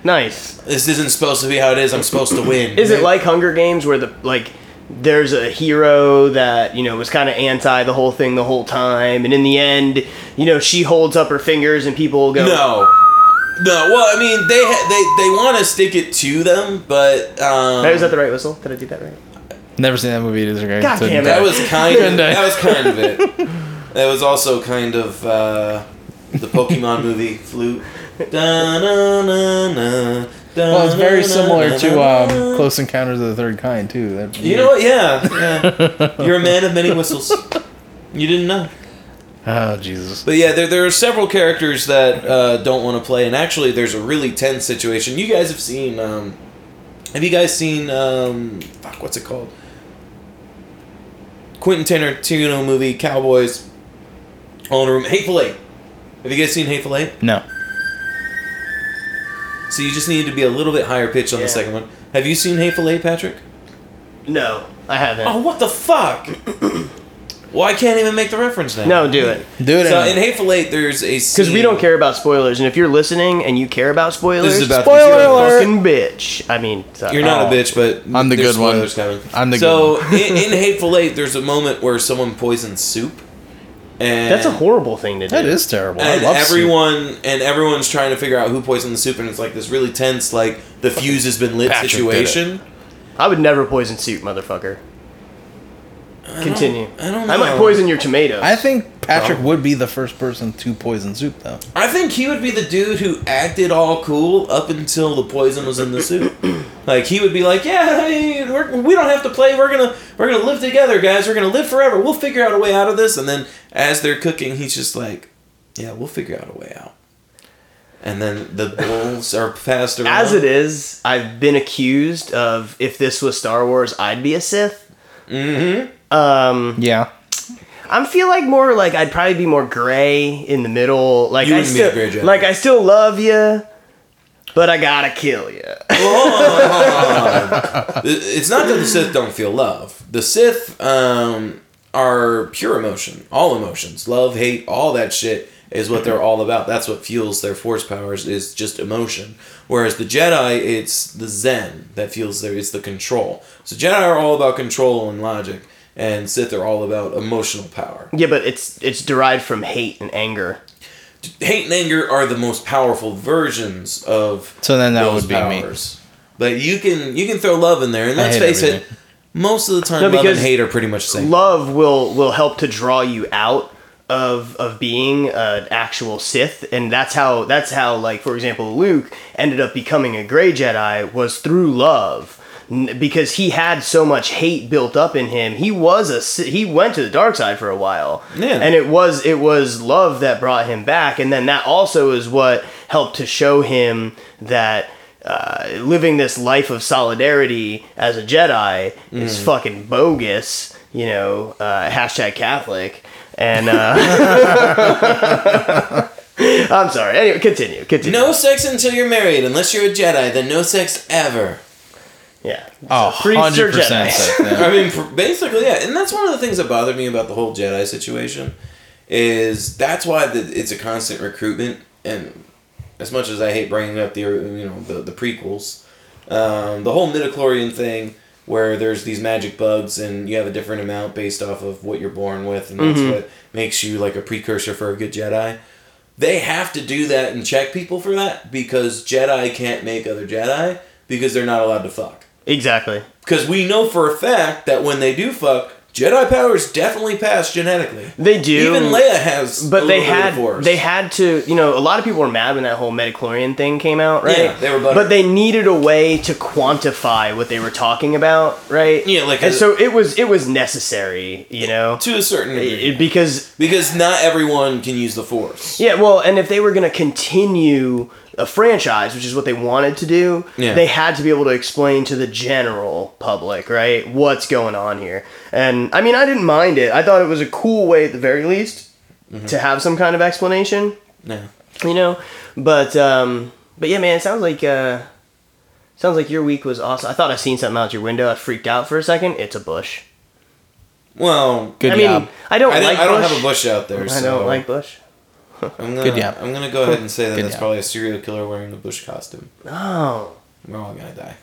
[SPEAKER 5] Nice.
[SPEAKER 1] this isn't supposed to be how it is. I'm supposed to win."
[SPEAKER 5] Is it like Hunger Games where the like there's a hero that you know was kind of anti the whole thing the whole time, and in the end, you know she holds up her fingers and people go.
[SPEAKER 1] No, no. Well, I mean, they ha- they they want to stick it to them, but um,
[SPEAKER 5] Hey, Is that the right whistle? Did I do that right?
[SPEAKER 4] never seen that movie. It is great.
[SPEAKER 5] God
[SPEAKER 4] It's a-
[SPEAKER 5] damn it.
[SPEAKER 1] That was kind of
[SPEAKER 4] And, uh,
[SPEAKER 1] that was kind of it. That was also kind of uh, the Pokemon movie flute.
[SPEAKER 4] Well,
[SPEAKER 1] Well,
[SPEAKER 4] it's very similar to um, Close Encounters of the Third Kind too. That-
[SPEAKER 1] You know what? Yeah, yeah. You're a man of many whistles. You didn't know.
[SPEAKER 4] Oh Jesus.
[SPEAKER 1] But yeah, there, there are several characters that uh, don't want to play, and actually, there's a really tense situation. You guys have seen. Um, have you guys seen? Um, fuck, what's it called? Quentin Tarantino movie Cowboys. All in a room. Hateful Eight. Have you guys seen Hateful Eight?
[SPEAKER 4] No.
[SPEAKER 1] So you just need to be a little bit higher pitched on the
[SPEAKER 5] Yeah.
[SPEAKER 1] second one. Have you seen Hateful Eight, Patrick?
[SPEAKER 5] No, I haven't.
[SPEAKER 1] Oh, what the fuck! well, I can't even make the reference now.
[SPEAKER 5] No, do it
[SPEAKER 4] Do it.
[SPEAKER 1] So
[SPEAKER 4] anyway.
[SPEAKER 1] in Hateful Eight, there's a
[SPEAKER 5] because we
[SPEAKER 1] scene-
[SPEAKER 5] don't care about spoilers, and if you're listening and you care about spoilers,
[SPEAKER 1] This is about to be
[SPEAKER 4] Spoiler
[SPEAKER 1] zero.
[SPEAKER 4] alert.
[SPEAKER 5] fucking bitch. I mean, sorry.
[SPEAKER 1] You're not
[SPEAKER 4] Oh.
[SPEAKER 1] a bitch, but
[SPEAKER 4] I'm the
[SPEAKER 1] there's
[SPEAKER 4] good one.
[SPEAKER 1] spoilers Coming.
[SPEAKER 4] I'm the
[SPEAKER 1] so
[SPEAKER 4] good
[SPEAKER 1] in, in Hateful Eight, there's a moment where someone poisons soup, and
[SPEAKER 5] That's a horrible thing to do.
[SPEAKER 4] that is terrible. I
[SPEAKER 1] And
[SPEAKER 4] love everyone.
[SPEAKER 1] everyone and everyone's trying to figure out who poisoned the soup, and it's like this really tense, like the fuse has been lit
[SPEAKER 4] Patrick did it.
[SPEAKER 1] situation.
[SPEAKER 5] I would never poison soup, motherfucker. Continue.
[SPEAKER 1] I don't
[SPEAKER 5] I might
[SPEAKER 1] know.
[SPEAKER 5] poison your tomatoes.
[SPEAKER 4] I think Patrick would be the first person to poison soup though.
[SPEAKER 1] I think he would be the dude who acted all cool up until the poison was in the soup. like he would be like, "Yeah, I mean, we're, we don't have to play. We're gonna we're gonna live together, guys. We're gonna live forever. We'll figure out a way out of this." And then as they're cooking, he's just like, "Yeah, we'll figure out a way out." And then the bowls are passed around.
[SPEAKER 5] As it is, I've been accused of if this was Star Wars, I'd be a Sith.
[SPEAKER 1] Mm-hmm.
[SPEAKER 5] Um,
[SPEAKER 4] Yeah.
[SPEAKER 5] I feel like more like I'd probably be more gray in the middle. Like
[SPEAKER 1] You
[SPEAKER 5] I
[SPEAKER 1] wouldn't be a
[SPEAKER 5] still,
[SPEAKER 1] gray Jedi.
[SPEAKER 5] like I still love you, but I gotta kill you.
[SPEAKER 1] It's not that the Sith don't feel love. The Sith um, are pure emotion, all emotions, love, hate, all that shit is what they're all about. That's what fuels their force powers is just emotion. Whereas the Jedi, it's the Zen that fuels their it's the control. So Jedi are all about control and logic, and Sith are all about emotional power.
[SPEAKER 5] yeah, but it's it's derived from hate and anger.
[SPEAKER 1] Hate and anger are the most powerful versions of
[SPEAKER 4] So then that would be me.
[SPEAKER 1] me. But you can you can throw love in there, and let's
[SPEAKER 4] hate
[SPEAKER 1] face
[SPEAKER 4] everything.
[SPEAKER 1] it, Most of the time,
[SPEAKER 5] No,
[SPEAKER 1] love and
[SPEAKER 5] because
[SPEAKER 1] hate are pretty much the same.
[SPEAKER 5] love will will help to draw you out of of being an actual Sith, and that's how that's how like for example Luke ended up becoming a Gray Jedi was through love N- because he had so much hate built up in him. He was a Si- he went to the dark side for a while,
[SPEAKER 1] Yeah.
[SPEAKER 5] and it was it was love that brought him back, and then that also is what helped to show him that. Uh, living this life of solidarity as a Jedi
[SPEAKER 1] Mm.
[SPEAKER 5] is fucking bogus, you know. Uh, hashtag Catholic, and uh, I'm sorry. Anyway, continue, continue.
[SPEAKER 1] no sex until you're married. Unless you're a Jedi, then no sex ever.
[SPEAKER 5] yeah.
[SPEAKER 4] Oh,
[SPEAKER 5] So, priests are
[SPEAKER 4] 100%
[SPEAKER 5] Jedi.
[SPEAKER 4] safe, yeah.
[SPEAKER 1] I mean, pr- basically, yeah. And that's one of the things that bothered me about the whole Jedi situation is that's why the, it's a constant recruitment. And as much as I hate bringing up the or- you know the the prequels, um, the whole midichlorian thing where there's these magic bugs and you have a different amount based off of what you're born with, and that's what makes you like a precursor for a good Jedi. They have to do that and check people for that because Jedi can't make other Jedi because they're not allowed to fuck.
[SPEAKER 5] Exactly.
[SPEAKER 1] Because we know for a fact that when they do fuck, Jedi powers definitely pass genetically.
[SPEAKER 5] They do.
[SPEAKER 1] Even Leia has. a
[SPEAKER 5] But they
[SPEAKER 1] little bit of
[SPEAKER 5] had
[SPEAKER 1] force.
[SPEAKER 5] they had to you know a lot of people were mad when that whole Metachlorian thing came out right
[SPEAKER 1] Yeah, they were buttered.
[SPEAKER 5] but they needed a way to quantify what they were talking about right
[SPEAKER 1] Yeah, like
[SPEAKER 5] and
[SPEAKER 1] a-
[SPEAKER 5] so it was it was necessary you know
[SPEAKER 1] to a certain degree.
[SPEAKER 5] It- because
[SPEAKER 1] because not everyone can use the force.
[SPEAKER 5] yeah well and if they were going to continue a franchise which is what they wanted to do
[SPEAKER 1] Yeah.
[SPEAKER 5] they had to be able to explain to the general public right what's going on here and I mean I didn't mind it I thought it was a cool way at the very least
[SPEAKER 1] Mm-hmm.
[SPEAKER 5] to have some kind of explanation.
[SPEAKER 1] No.
[SPEAKER 5] you know but um but yeah man it sounds like uh sounds like your week was awesome i thought i seen something out your window i freaked out for a second it's a bush
[SPEAKER 1] Well,
[SPEAKER 4] Good
[SPEAKER 5] i mean
[SPEAKER 4] job.
[SPEAKER 5] i don't
[SPEAKER 1] I, don't-
[SPEAKER 5] like
[SPEAKER 1] I don't
[SPEAKER 5] bush.
[SPEAKER 1] have a bush out there.
[SPEAKER 5] i
[SPEAKER 1] So
[SPEAKER 5] don't like bush
[SPEAKER 1] I'm gonna,
[SPEAKER 4] Good job.
[SPEAKER 1] I'm gonna go ahead and say that
[SPEAKER 4] Good
[SPEAKER 1] that's
[SPEAKER 4] job.
[SPEAKER 1] probably a serial killer wearing the bush costume.
[SPEAKER 5] oh
[SPEAKER 1] We're all gonna die.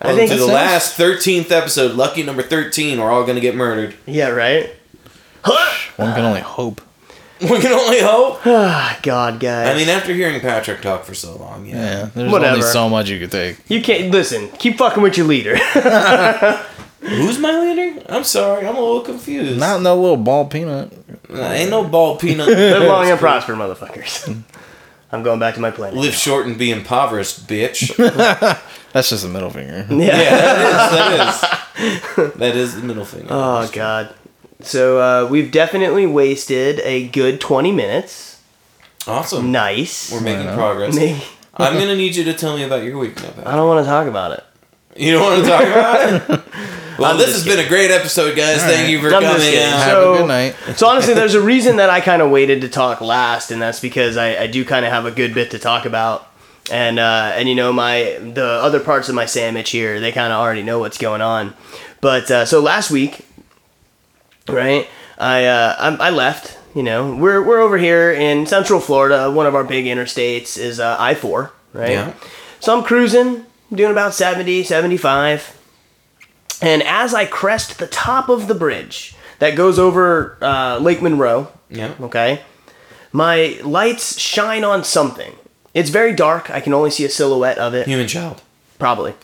[SPEAKER 5] i
[SPEAKER 1] Well,
[SPEAKER 5] think
[SPEAKER 1] to the
[SPEAKER 4] sounds-
[SPEAKER 1] last thirteenth episode, lucky number thirteen, we're all gonna get murdered.
[SPEAKER 5] yeah right
[SPEAKER 4] One can only hope.
[SPEAKER 1] We can only hope.
[SPEAKER 5] Ah, god guys
[SPEAKER 1] I mean, after hearing Patrick talk for so long, yeah.
[SPEAKER 4] Yeah, there's
[SPEAKER 5] Whatever.
[SPEAKER 4] only so much you could take.
[SPEAKER 5] you can't listen keep fucking with your leader
[SPEAKER 1] Who's my leader? I'm sorry, I'm a little confused.
[SPEAKER 4] Not in that little bald peanut.
[SPEAKER 1] Nah, ain't no bald peanut.
[SPEAKER 5] live long and prosper motherfuckers i'm going back to my planet
[SPEAKER 1] Live short and be impoverished, bitch.
[SPEAKER 4] That's just a middle finger.
[SPEAKER 5] yeah.
[SPEAKER 1] Yeah, that is. That is. That is the middle finger.
[SPEAKER 5] oh god so uh, we've definitely wasted a good 20 minutes
[SPEAKER 1] awesome.
[SPEAKER 5] nice
[SPEAKER 1] We're making progress.
[SPEAKER 5] Me-
[SPEAKER 1] I'm gonna need you to tell me about your week now. Pat.
[SPEAKER 5] I don't want to talk about it.
[SPEAKER 1] You don't want to talk about it. Well, this has been a great episode, guys. Thank you for
[SPEAKER 5] I'm just
[SPEAKER 1] coming
[SPEAKER 5] kidding.
[SPEAKER 1] out.
[SPEAKER 4] Have
[SPEAKER 5] So-
[SPEAKER 4] a good night.
[SPEAKER 5] So honestly, there's a reason that I kind of waited to talk last, and that's because I, I do kind of have a good bit to talk about, and uh, and you know my the other parts of my sandwich here, they kind of already know what's going on, but uh, so last week, right? I uh, I, I left. You know, we're we're over here in Central Florida. One of our big interstates is uh, I four, right?
[SPEAKER 1] Yeah.
[SPEAKER 5] So I'm cruising, doing about 70, 75. And as I crest the top of the bridge that goes over uh, Lake Monroe,
[SPEAKER 1] Yeah.
[SPEAKER 5] okay, my lights shine on something. It's very dark. I can only see a silhouette of it.
[SPEAKER 1] Human child.
[SPEAKER 5] Probably.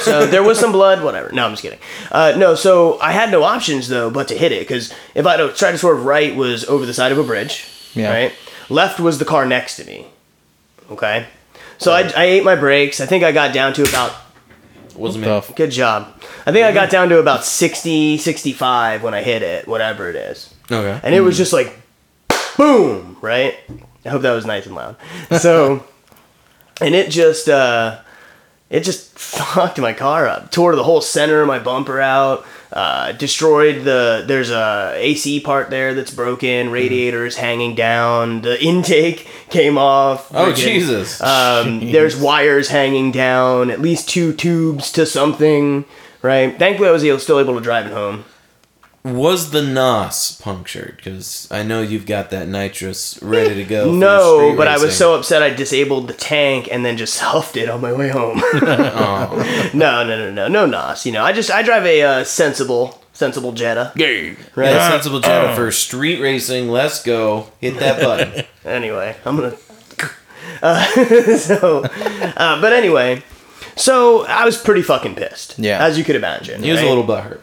[SPEAKER 5] so there was some blood, whatever. No, I'm just kidding. Uh, no, so I had no options though but to hit it because if I had tried to swerve right was over the side of a bridge,
[SPEAKER 4] Yeah.
[SPEAKER 5] right? Left was the car next to me. Okay, so I, I ate my brakes. I think I got down to about
[SPEAKER 1] Wasn't me.
[SPEAKER 4] The f-
[SPEAKER 5] good job. I think I got down to about 60, 65 when I hit it, whatever it is
[SPEAKER 1] Okay.
[SPEAKER 5] and it was just like boom right i hope that was nice and loud so and it just uh it just fucked my car up tore the whole center of my bumper out uh, destroyed the there's a ac part there that's broken radiators hanging down the intake came off
[SPEAKER 1] Oh
[SPEAKER 5] Freaking-
[SPEAKER 1] Jesus.
[SPEAKER 5] um, there's wires hanging down at least two tubes to something right thankfully i was able- still able to drive it home
[SPEAKER 1] Was the nos punctured? Because I know you've got that nitrous ready to go. for
[SPEAKER 5] No,
[SPEAKER 1] street
[SPEAKER 5] but I was
[SPEAKER 1] racing.
[SPEAKER 5] so upset I disabled the tank and then just huffed it on my way home. no, no, no, no, no nos. You know, I just I drive a uh, sensible, sensible Jetta.
[SPEAKER 1] Yeah, sensible Jedi for street racing. Let's go. Hit that button.
[SPEAKER 5] Anyway, I'm gonna. Uh, so, uh, but anyway, So I was pretty fucking pissed.
[SPEAKER 4] Yeah.
[SPEAKER 5] As you could imagine.
[SPEAKER 1] He was a
[SPEAKER 5] right?
[SPEAKER 1] little butthurt.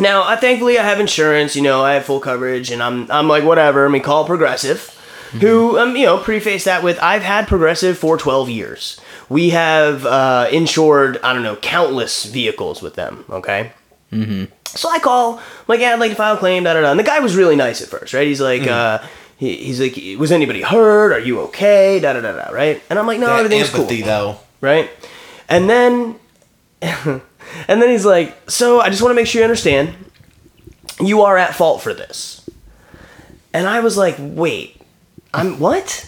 [SPEAKER 5] Now, I thankfully I have insurance. You know, I have full coverage, and I'm I'm like whatever. I mean, call Progressive,
[SPEAKER 1] Mm-hmm.
[SPEAKER 5] who um you know preface that with I've had Progressive for 12 years. We have uh, insured I don't know countless vehicles with them. Okay.
[SPEAKER 1] Mm-hmm.
[SPEAKER 5] So I call, I'm like, yeah, I'd like to file a claim, da da da. And the guy was really nice at first, right? He's
[SPEAKER 1] Mm.
[SPEAKER 5] like, uh, he, he's like, was anybody hurt? Are you okay? Da da da da, right? And I'm like, no,
[SPEAKER 1] That
[SPEAKER 5] everything's cool
[SPEAKER 1] empathy, though.
[SPEAKER 5] right? And then, and then he's like, "So I just want to make sure you understand, you are at fault for this." And I was like, "Wait, I'm what?"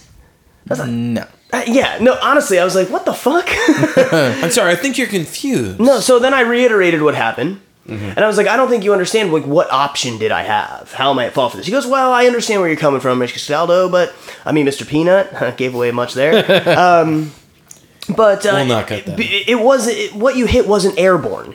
[SPEAKER 4] No.
[SPEAKER 5] Uh, yeah, no. Honestly, I was like, "What the fuck?"
[SPEAKER 1] I'm sorry. I think you're confused.
[SPEAKER 5] no. So then I reiterated what happened.
[SPEAKER 1] Mm-hmm.
[SPEAKER 5] And I was like, I don't think you understand. Like, what option did I have? How am I at fault for this? He goes, Well, I understand where you're coming from, Mr. Castaldo, but I mean, Mr. Peanut gave away much there. um, but uh,
[SPEAKER 1] We'll not cut that.
[SPEAKER 5] b- It, wasn't it- what you hit wasn't airborne,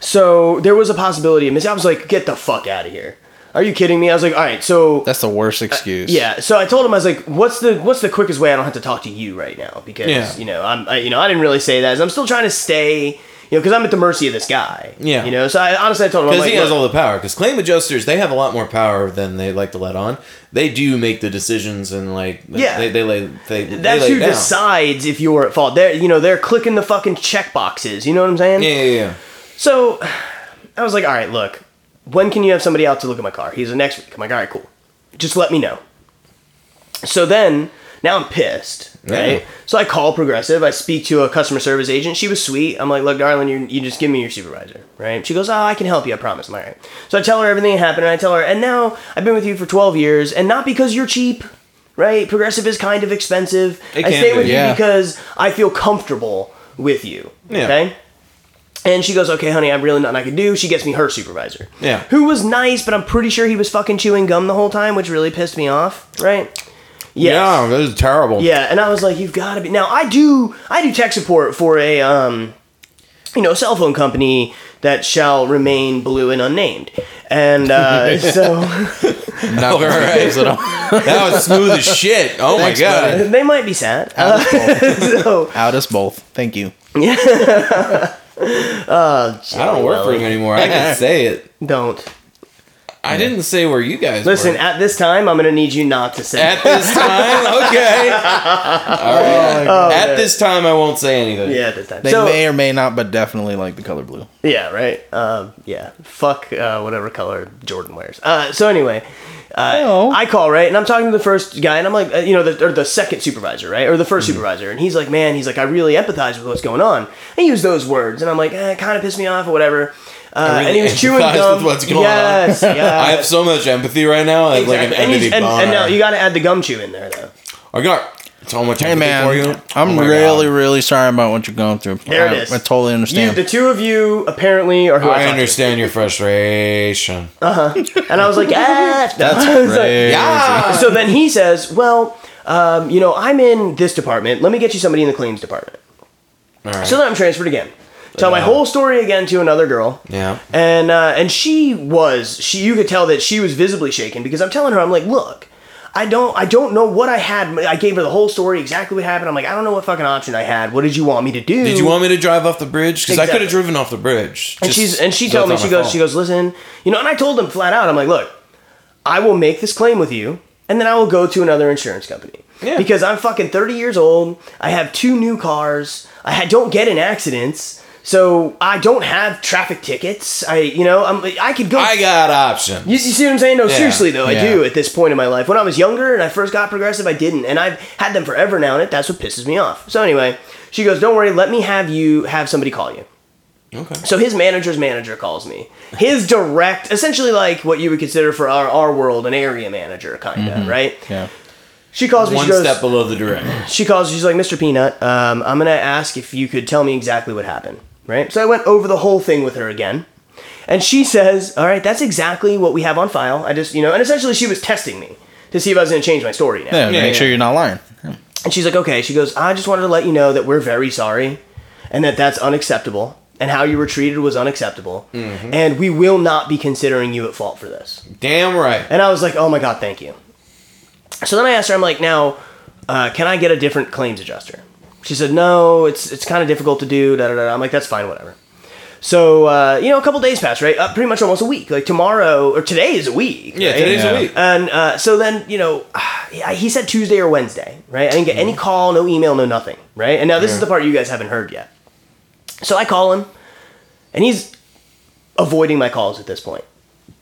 [SPEAKER 5] so there was a possibility of miss. I was like, Get the fuck out of here! Are you kidding me? I was like, All right, so
[SPEAKER 4] That's the worst excuse.
[SPEAKER 5] yeah, so I told him I was like, "What's the what's the quickest way I don't have to talk to you right now?" Because
[SPEAKER 1] Yeah.
[SPEAKER 5] you know I'm I, you know I didn't really say that. I'm still trying to stay, you know, because I'm at the mercy of this guy.
[SPEAKER 1] Yeah.
[SPEAKER 5] you know. So I honestly I told him I'm
[SPEAKER 1] Because
[SPEAKER 5] like,
[SPEAKER 1] he has
[SPEAKER 5] "Look,
[SPEAKER 1] all the power. Because claim adjusters, they have a lot more power than they like to let on. They do make the decisions and like
[SPEAKER 5] Yeah.
[SPEAKER 1] they they lay they they
[SPEAKER 5] that's
[SPEAKER 1] lay
[SPEAKER 5] who
[SPEAKER 1] down.
[SPEAKER 5] decides if you're at fault. They're you know they're clicking the fucking check boxes. You know what I'm saying?
[SPEAKER 1] Yeah, yeah, yeah.
[SPEAKER 5] So I was like, all right, look, when can you have somebody out to look at my car? He's like, next week. I'm like, all right, cool. Just let me know. So then, now I'm pissed, right?
[SPEAKER 1] Yeah.
[SPEAKER 5] So I call Progressive. I speak to a customer service agent. She was sweet. I'm like, look, darling, you, you just give me your supervisor, right? She goes, oh, I can help you. I promise. I'm all right. So I tell her everything that happened, and I tell her, and now I've been with you for 12 years, and not because you're cheap, right? Progressive is kind of expensive.
[SPEAKER 1] It
[SPEAKER 5] I
[SPEAKER 1] can
[SPEAKER 5] stay
[SPEAKER 1] be,
[SPEAKER 5] with you
[SPEAKER 4] yeah.
[SPEAKER 5] because I feel comfortable with you,
[SPEAKER 1] Yeah.
[SPEAKER 5] okay? And she goes, okay, honey, I'm really nothing I can do. She gets me her supervisor.
[SPEAKER 1] Yeah.
[SPEAKER 5] Who was nice, but I'm pretty sure he was fucking chewing gum the whole time, which really pissed me off, right? Yes.
[SPEAKER 1] Yeah, that is terrible.
[SPEAKER 5] Yeah, and I was like, you've got to be. Now, I do, I do tech support for a, um, you know, cell phone company that shall remain blue and unnamed. And uh, so
[SPEAKER 4] Not all right. at all.
[SPEAKER 1] that was smooth as shit. Oh
[SPEAKER 4] Thanks,
[SPEAKER 1] my god.
[SPEAKER 4] buddy.
[SPEAKER 5] they might be sad. Uh, so,
[SPEAKER 4] Out us both. Thank you.
[SPEAKER 1] I don't work for him anymore. I can say it.
[SPEAKER 5] don't.
[SPEAKER 1] I didn't say where you guys
[SPEAKER 5] Listen,
[SPEAKER 1] were.
[SPEAKER 5] at this time, I'm going to need you not to say
[SPEAKER 1] at this time, okay.
[SPEAKER 4] Oh,
[SPEAKER 1] All right. at this time, I won't say anything.
[SPEAKER 5] Oh, Yeah, at this time.
[SPEAKER 4] They
[SPEAKER 5] so,
[SPEAKER 4] may or may not, but definitely like the color blue.
[SPEAKER 5] Yeah, right. Um, yeah, fuck uh, whatever color Jordan wears. Uh, so anyway, uh,
[SPEAKER 1] Oh.
[SPEAKER 4] Hello.
[SPEAKER 5] I call right, and I'm talking to the first guy, and I'm like, uh, you know, the, or the second supervisor, right, or the 1st
[SPEAKER 1] Mm-hmm.
[SPEAKER 5] supervisor, and he's like, man, he's like, I really empathize with what's going on. And he used those words, and I'm like, eh, kind of pissed me off or whatever. Uh,
[SPEAKER 1] really
[SPEAKER 5] and he was chewing
[SPEAKER 1] empathize
[SPEAKER 5] gum.
[SPEAKER 1] with what's going on.
[SPEAKER 5] yes, yes.
[SPEAKER 1] I have so much empathy right now. I have like an
[SPEAKER 5] And, he's-
[SPEAKER 1] empathy
[SPEAKER 5] and,
[SPEAKER 1] bomb.
[SPEAKER 5] and now you got to add the gum chew in there though.
[SPEAKER 1] I got so much
[SPEAKER 4] Hey
[SPEAKER 1] empathy
[SPEAKER 4] man,
[SPEAKER 1] for you. Oh
[SPEAKER 4] I'm
[SPEAKER 1] my
[SPEAKER 4] really,
[SPEAKER 1] God.
[SPEAKER 4] really sorry about what you're going through.
[SPEAKER 5] There
[SPEAKER 4] I,
[SPEAKER 5] it is.
[SPEAKER 4] I totally
[SPEAKER 5] You,
[SPEAKER 4] understand.
[SPEAKER 5] the two of you apparently are who I,
[SPEAKER 1] I
[SPEAKER 5] talked to.
[SPEAKER 1] understand your frustration.
[SPEAKER 5] Oh, And I was like, ah,
[SPEAKER 4] That's
[SPEAKER 5] I was like,
[SPEAKER 4] crazy.
[SPEAKER 5] so then he says, "Well, um, you know, I'm in this department. Let me get you somebody in the claims department."
[SPEAKER 1] All right.
[SPEAKER 5] So then I'm transferred again. Tell my
[SPEAKER 1] Yeah.
[SPEAKER 5] whole story again to another girl.
[SPEAKER 1] yeah.
[SPEAKER 5] And uh, and she was she you could tell that she was visibly shaken because I'm telling her I'm like, "Look, I don't I don't know what I had. I gave her the whole story, exactly what happened. I'm like, I don't know what fucking option I had. What did you want me to do?"
[SPEAKER 1] Did you want me to drive off the bridge? Because I could
[SPEAKER 5] Exactly.
[SPEAKER 1] have driven off the bridge.
[SPEAKER 5] and
[SPEAKER 1] Just-
[SPEAKER 5] she's and she
[SPEAKER 1] so
[SPEAKER 5] told me
[SPEAKER 1] it's
[SPEAKER 5] she
[SPEAKER 1] not
[SPEAKER 5] goes
[SPEAKER 1] my
[SPEAKER 5] she goes listen you know and i told them flat out i'm like look i will make this claim with you and then i will go to another insurance company
[SPEAKER 1] Yeah.
[SPEAKER 5] because i'm fucking 30 years old i have two new cars i ha- don't get in accidents so i don't have traffic tickets i you know i'm i could go
[SPEAKER 1] fault. I got options.
[SPEAKER 5] you, you see what I'm saying? No,
[SPEAKER 1] Yeah,
[SPEAKER 5] seriously though, I
[SPEAKER 4] yeah.
[SPEAKER 5] do at this point in my life. When I was younger and I first got progressive, I didn't, and I've had them forever now, and it, that's what pisses me off. So anyway, she goes, "Don't worry, let me have you have somebody call you."
[SPEAKER 1] Okay.
[SPEAKER 5] So his manager's manager calls me. His direct, essentially like what you would consider for our, our world an area manager, kind of right.
[SPEAKER 4] yeah.
[SPEAKER 5] She calls me.
[SPEAKER 1] One
[SPEAKER 5] she goes.
[SPEAKER 1] step below the direct.
[SPEAKER 5] She calls. She's like, Mr. Peanut, um, I'm gonna ask if you could tell me exactly what happened. Right. So I went over the whole thing with her again, and she says, "All right, that's exactly what we have on file. I just, you know, and essentially she was testing me to see if I was gonna change my story now.
[SPEAKER 4] Yeah,
[SPEAKER 1] Yeah,
[SPEAKER 4] make
[SPEAKER 1] yeah.
[SPEAKER 4] sure you're not lying.
[SPEAKER 5] And she's like, okay. She goes, I just wanted to let you know that we're very sorry and that that's unacceptable and how you were treated was unacceptable.
[SPEAKER 1] Mm-hmm.
[SPEAKER 5] And we will not be considering you at fault for this.
[SPEAKER 1] Damn right.
[SPEAKER 5] And I was like, oh my God, thank you. So then I asked her, I'm like, now, uh, can I get a different claims adjuster? She said, "No, it's it's kind of difficult to do." Da, da, da. da." I'm like, "That's fine, whatever." So uh, you know, a couple days pass, right? Uh, pretty much almost a week. Like tomorrow or today is a week.
[SPEAKER 1] Yeah,
[SPEAKER 5] right?
[SPEAKER 1] today's
[SPEAKER 4] Yeah.
[SPEAKER 1] a week.
[SPEAKER 5] And uh, so then, you know, yeah, he said Tuesday or Wednesday, right? I didn't get
[SPEAKER 4] Mm-hmm.
[SPEAKER 5] any call, no email, no nothing, right? And now this is the part you guys haven't heard yet. So I call him, and he's avoiding my calls at this point,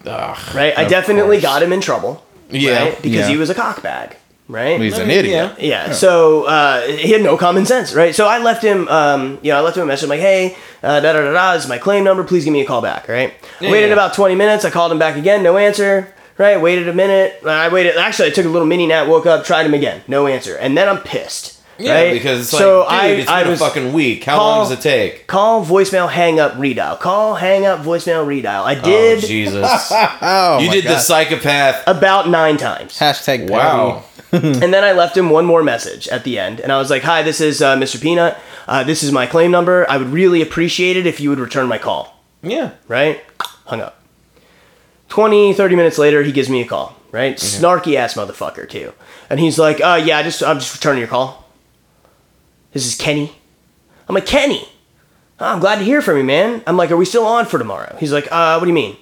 [SPEAKER 1] Ugh.
[SPEAKER 5] right? I
[SPEAKER 4] Of
[SPEAKER 5] definitely
[SPEAKER 4] course.
[SPEAKER 5] got him in trouble,
[SPEAKER 1] Yeah.
[SPEAKER 5] right? Because he
[SPEAKER 4] Yeah.
[SPEAKER 5] was a cockbag, right?
[SPEAKER 4] He's an
[SPEAKER 1] Yeah.
[SPEAKER 4] idiot.
[SPEAKER 5] Yeah. So uh, he had no common sense, right? So I left him, um, you know, I left him a message like, "Hey, uh, da da da da, this is my claim number. Please give me a call back." Right.
[SPEAKER 1] Yeah,
[SPEAKER 5] Waited
[SPEAKER 1] yeah.
[SPEAKER 5] about twenty minutes. I called him back again. No answer. Right. Waited a minute. I waited. Actually, I took a little mini nap. Woke up. Tried him again. No answer. And then I'm pissed.
[SPEAKER 1] Yeah,
[SPEAKER 5] right?
[SPEAKER 1] because it's
[SPEAKER 5] so
[SPEAKER 1] like, dude,
[SPEAKER 5] I,
[SPEAKER 1] it's
[SPEAKER 5] I
[SPEAKER 1] been
[SPEAKER 5] was
[SPEAKER 1] a fucking week. How
[SPEAKER 5] call-
[SPEAKER 1] long does it take?
[SPEAKER 5] call voicemail hang up redial. Call hang up voicemail redial. I
[SPEAKER 1] Oh,
[SPEAKER 5] did
[SPEAKER 1] Jesus.
[SPEAKER 4] Oh,
[SPEAKER 1] you
[SPEAKER 4] my
[SPEAKER 1] did
[SPEAKER 4] God.
[SPEAKER 1] the psychopath.
[SPEAKER 5] about nine times.
[SPEAKER 4] Hashtag
[SPEAKER 1] Wow.
[SPEAKER 5] And then I left him one more message at the end, and I was like, "Hi, this is uh, Mr. Peanut. Uh, this is my claim number. I would really appreciate it if you would return my call."
[SPEAKER 1] Yeah.
[SPEAKER 5] Right? Hung up. 20, 30 minutes later, he gives me a call. Right?
[SPEAKER 1] Mm-hmm.
[SPEAKER 5] Snarky ass motherfucker too. And he's like, "Uh, yeah, I just I'm just returning your call." This is Kenny. I'm like, "Kenny, oh, I'm glad to hear from you, man." I'm like, "Are we still on for tomorrow?" He's like, "Uh, what do you mean?"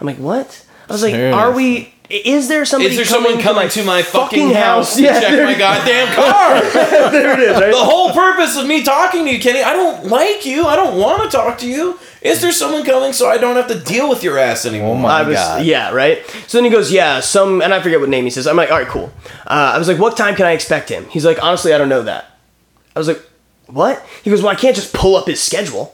[SPEAKER 5] I'm like, "What?" I was like,
[SPEAKER 4] Seriously.
[SPEAKER 5] "Are we?" Is there somebody?
[SPEAKER 1] Is there someone coming to my fucking house to
[SPEAKER 5] Yeah,
[SPEAKER 1] check
[SPEAKER 5] there-
[SPEAKER 1] my goddamn car?
[SPEAKER 5] there it is. Right?
[SPEAKER 1] the whole purpose of me talking to you, Kenny, I don't like you. I don't want to talk to you. Is there someone coming so I don't have to deal with your ass anymore?
[SPEAKER 4] Oh my
[SPEAKER 5] I was,
[SPEAKER 4] God.
[SPEAKER 5] yeah, right. So then he goes, yeah, some, and I forget what name he says. I'm like, all right, cool. Uh, I was like, what time can I expect him? He's like, honestly, I don't know that. I was like, what? He goes, well, I can't just pull up his schedule.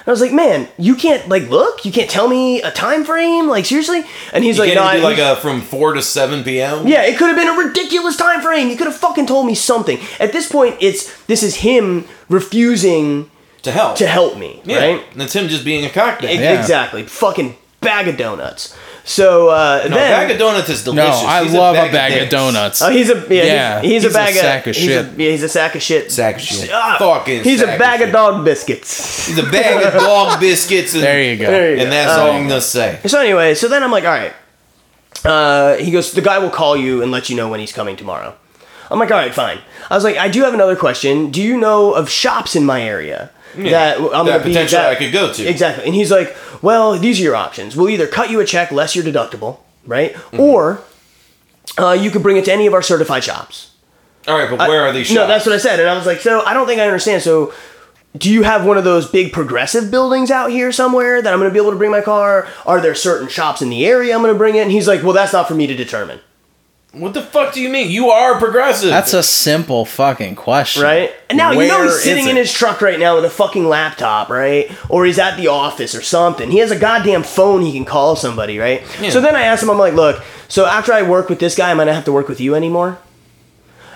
[SPEAKER 5] And I was like, man, you can't like look. You can't tell me a time frame. Like seriously. And he's
[SPEAKER 1] You
[SPEAKER 5] like,
[SPEAKER 1] can't
[SPEAKER 5] no,
[SPEAKER 1] do
[SPEAKER 5] I,
[SPEAKER 1] like a from 4 to 7 p.m.?
[SPEAKER 5] yeah, it could have been a ridiculous time frame. You could have fucking told me something. At this point, it's this is him refusing
[SPEAKER 1] To help.
[SPEAKER 5] to help me,
[SPEAKER 1] Yeah.
[SPEAKER 5] right?
[SPEAKER 1] That's him just being a cockney.
[SPEAKER 5] E-
[SPEAKER 4] Yeah.
[SPEAKER 5] Exactly. Fucking bag of donuts. So uh,
[SPEAKER 1] No,
[SPEAKER 5] then,
[SPEAKER 1] a bag of donuts is
[SPEAKER 4] No,
[SPEAKER 1] delicious.
[SPEAKER 4] I
[SPEAKER 1] He's
[SPEAKER 4] love a bag of,
[SPEAKER 1] dicks.
[SPEAKER 4] donuts.
[SPEAKER 5] Oh, he's a yeah.
[SPEAKER 4] Yeah,
[SPEAKER 5] he's, he's,
[SPEAKER 4] he's
[SPEAKER 5] a
[SPEAKER 4] a
[SPEAKER 5] bag of
[SPEAKER 4] sack of
[SPEAKER 5] he's
[SPEAKER 4] shit.
[SPEAKER 5] A, yeah, he's a sack of shit.
[SPEAKER 1] Sack of shit.
[SPEAKER 5] Ah,
[SPEAKER 1] Fucking
[SPEAKER 5] He's
[SPEAKER 1] sack
[SPEAKER 5] a
[SPEAKER 1] of
[SPEAKER 5] bag of,
[SPEAKER 1] shit.
[SPEAKER 5] dog biscuits.
[SPEAKER 1] He's a bag of dog biscuits. And,
[SPEAKER 4] There you go.
[SPEAKER 5] There you go.
[SPEAKER 1] And that's all I'm going to say.
[SPEAKER 5] So anyway, so then I'm like, all right. Uh, he goes, the guy will call you and let you know when he's coming tomorrow. I'm like, all right, fine. I was like, I do have another question. Do you know of shops in my area that I'm gonna be
[SPEAKER 1] potentially
[SPEAKER 5] that-
[SPEAKER 1] I could go to.
[SPEAKER 5] Exactly. And he's like, well, these are your options. We'll either cut you a check less your deductible, right?
[SPEAKER 1] Mm-hmm.
[SPEAKER 5] Or uh, you could bring it to any of our certified shops.
[SPEAKER 1] All right, but where are these shops?
[SPEAKER 5] No, that's what I said, and I was like, so I don't think I understand. So, do you have one of those big progressive buildings out here somewhere that I'm going to be able to bring my car? Are there certain shops in the area I'm going to bring it? And he's like, well, that's not for me to determine,
[SPEAKER 1] What the fuck do you mean? You are progressive.
[SPEAKER 4] That's a simple fucking question.
[SPEAKER 5] right? And now you know
[SPEAKER 4] Where
[SPEAKER 5] he's sitting
[SPEAKER 4] is
[SPEAKER 5] in
[SPEAKER 4] it?
[SPEAKER 5] his truck right now with a fucking laptop, right? Or he's at the office or something. He has a goddamn phone he can call somebody, right?
[SPEAKER 1] Yeah.
[SPEAKER 5] So then I asked him, I'm like, look, so after I work with this guy, am I going to have to work with you anymore?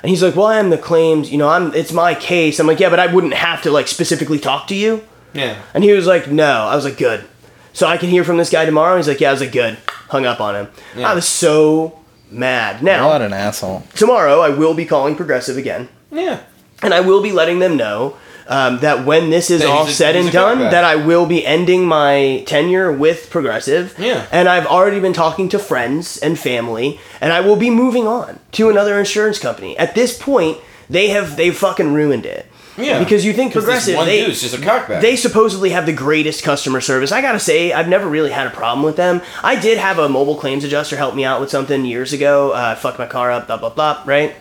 [SPEAKER 5] And he's like, well, I am the claims, you know, I'm it's my case. I'm like, yeah, but I wouldn't have to like specifically talk to you.
[SPEAKER 1] yeah.
[SPEAKER 5] And he was like, no. I was like, good. So I can hear from this guy tomorrow. He's like, yeah. I was like, good. Hung up on him.
[SPEAKER 1] Yeah.
[SPEAKER 5] I was so mad. Now,
[SPEAKER 4] What an asshole.
[SPEAKER 5] tomorrow, I will be calling Progressive again.
[SPEAKER 1] Yeah.
[SPEAKER 5] And I will be letting them know um, that when this is
[SPEAKER 1] That he's
[SPEAKER 5] all
[SPEAKER 1] a-
[SPEAKER 5] said
[SPEAKER 1] he's
[SPEAKER 5] and
[SPEAKER 1] a
[SPEAKER 5] done,
[SPEAKER 1] cockback.
[SPEAKER 5] that I will be ending my tenure with Progressive.
[SPEAKER 1] Yeah.
[SPEAKER 5] And I've already been talking to friends and family, and I will be moving on to another insurance company. At this point, they have they fucking ruined it.
[SPEAKER 1] Yeah.
[SPEAKER 5] Because you think
[SPEAKER 1] Because this
[SPEAKER 5] Progressive
[SPEAKER 1] one
[SPEAKER 5] they
[SPEAKER 1] dude's just a cockback.
[SPEAKER 5] they supposedly have the greatest customer service. I gotta say, I've never really had a problem with them. I did have a mobile claims adjuster help me out with something years ago. Uh, fucked my car up, blah blah blah. Right?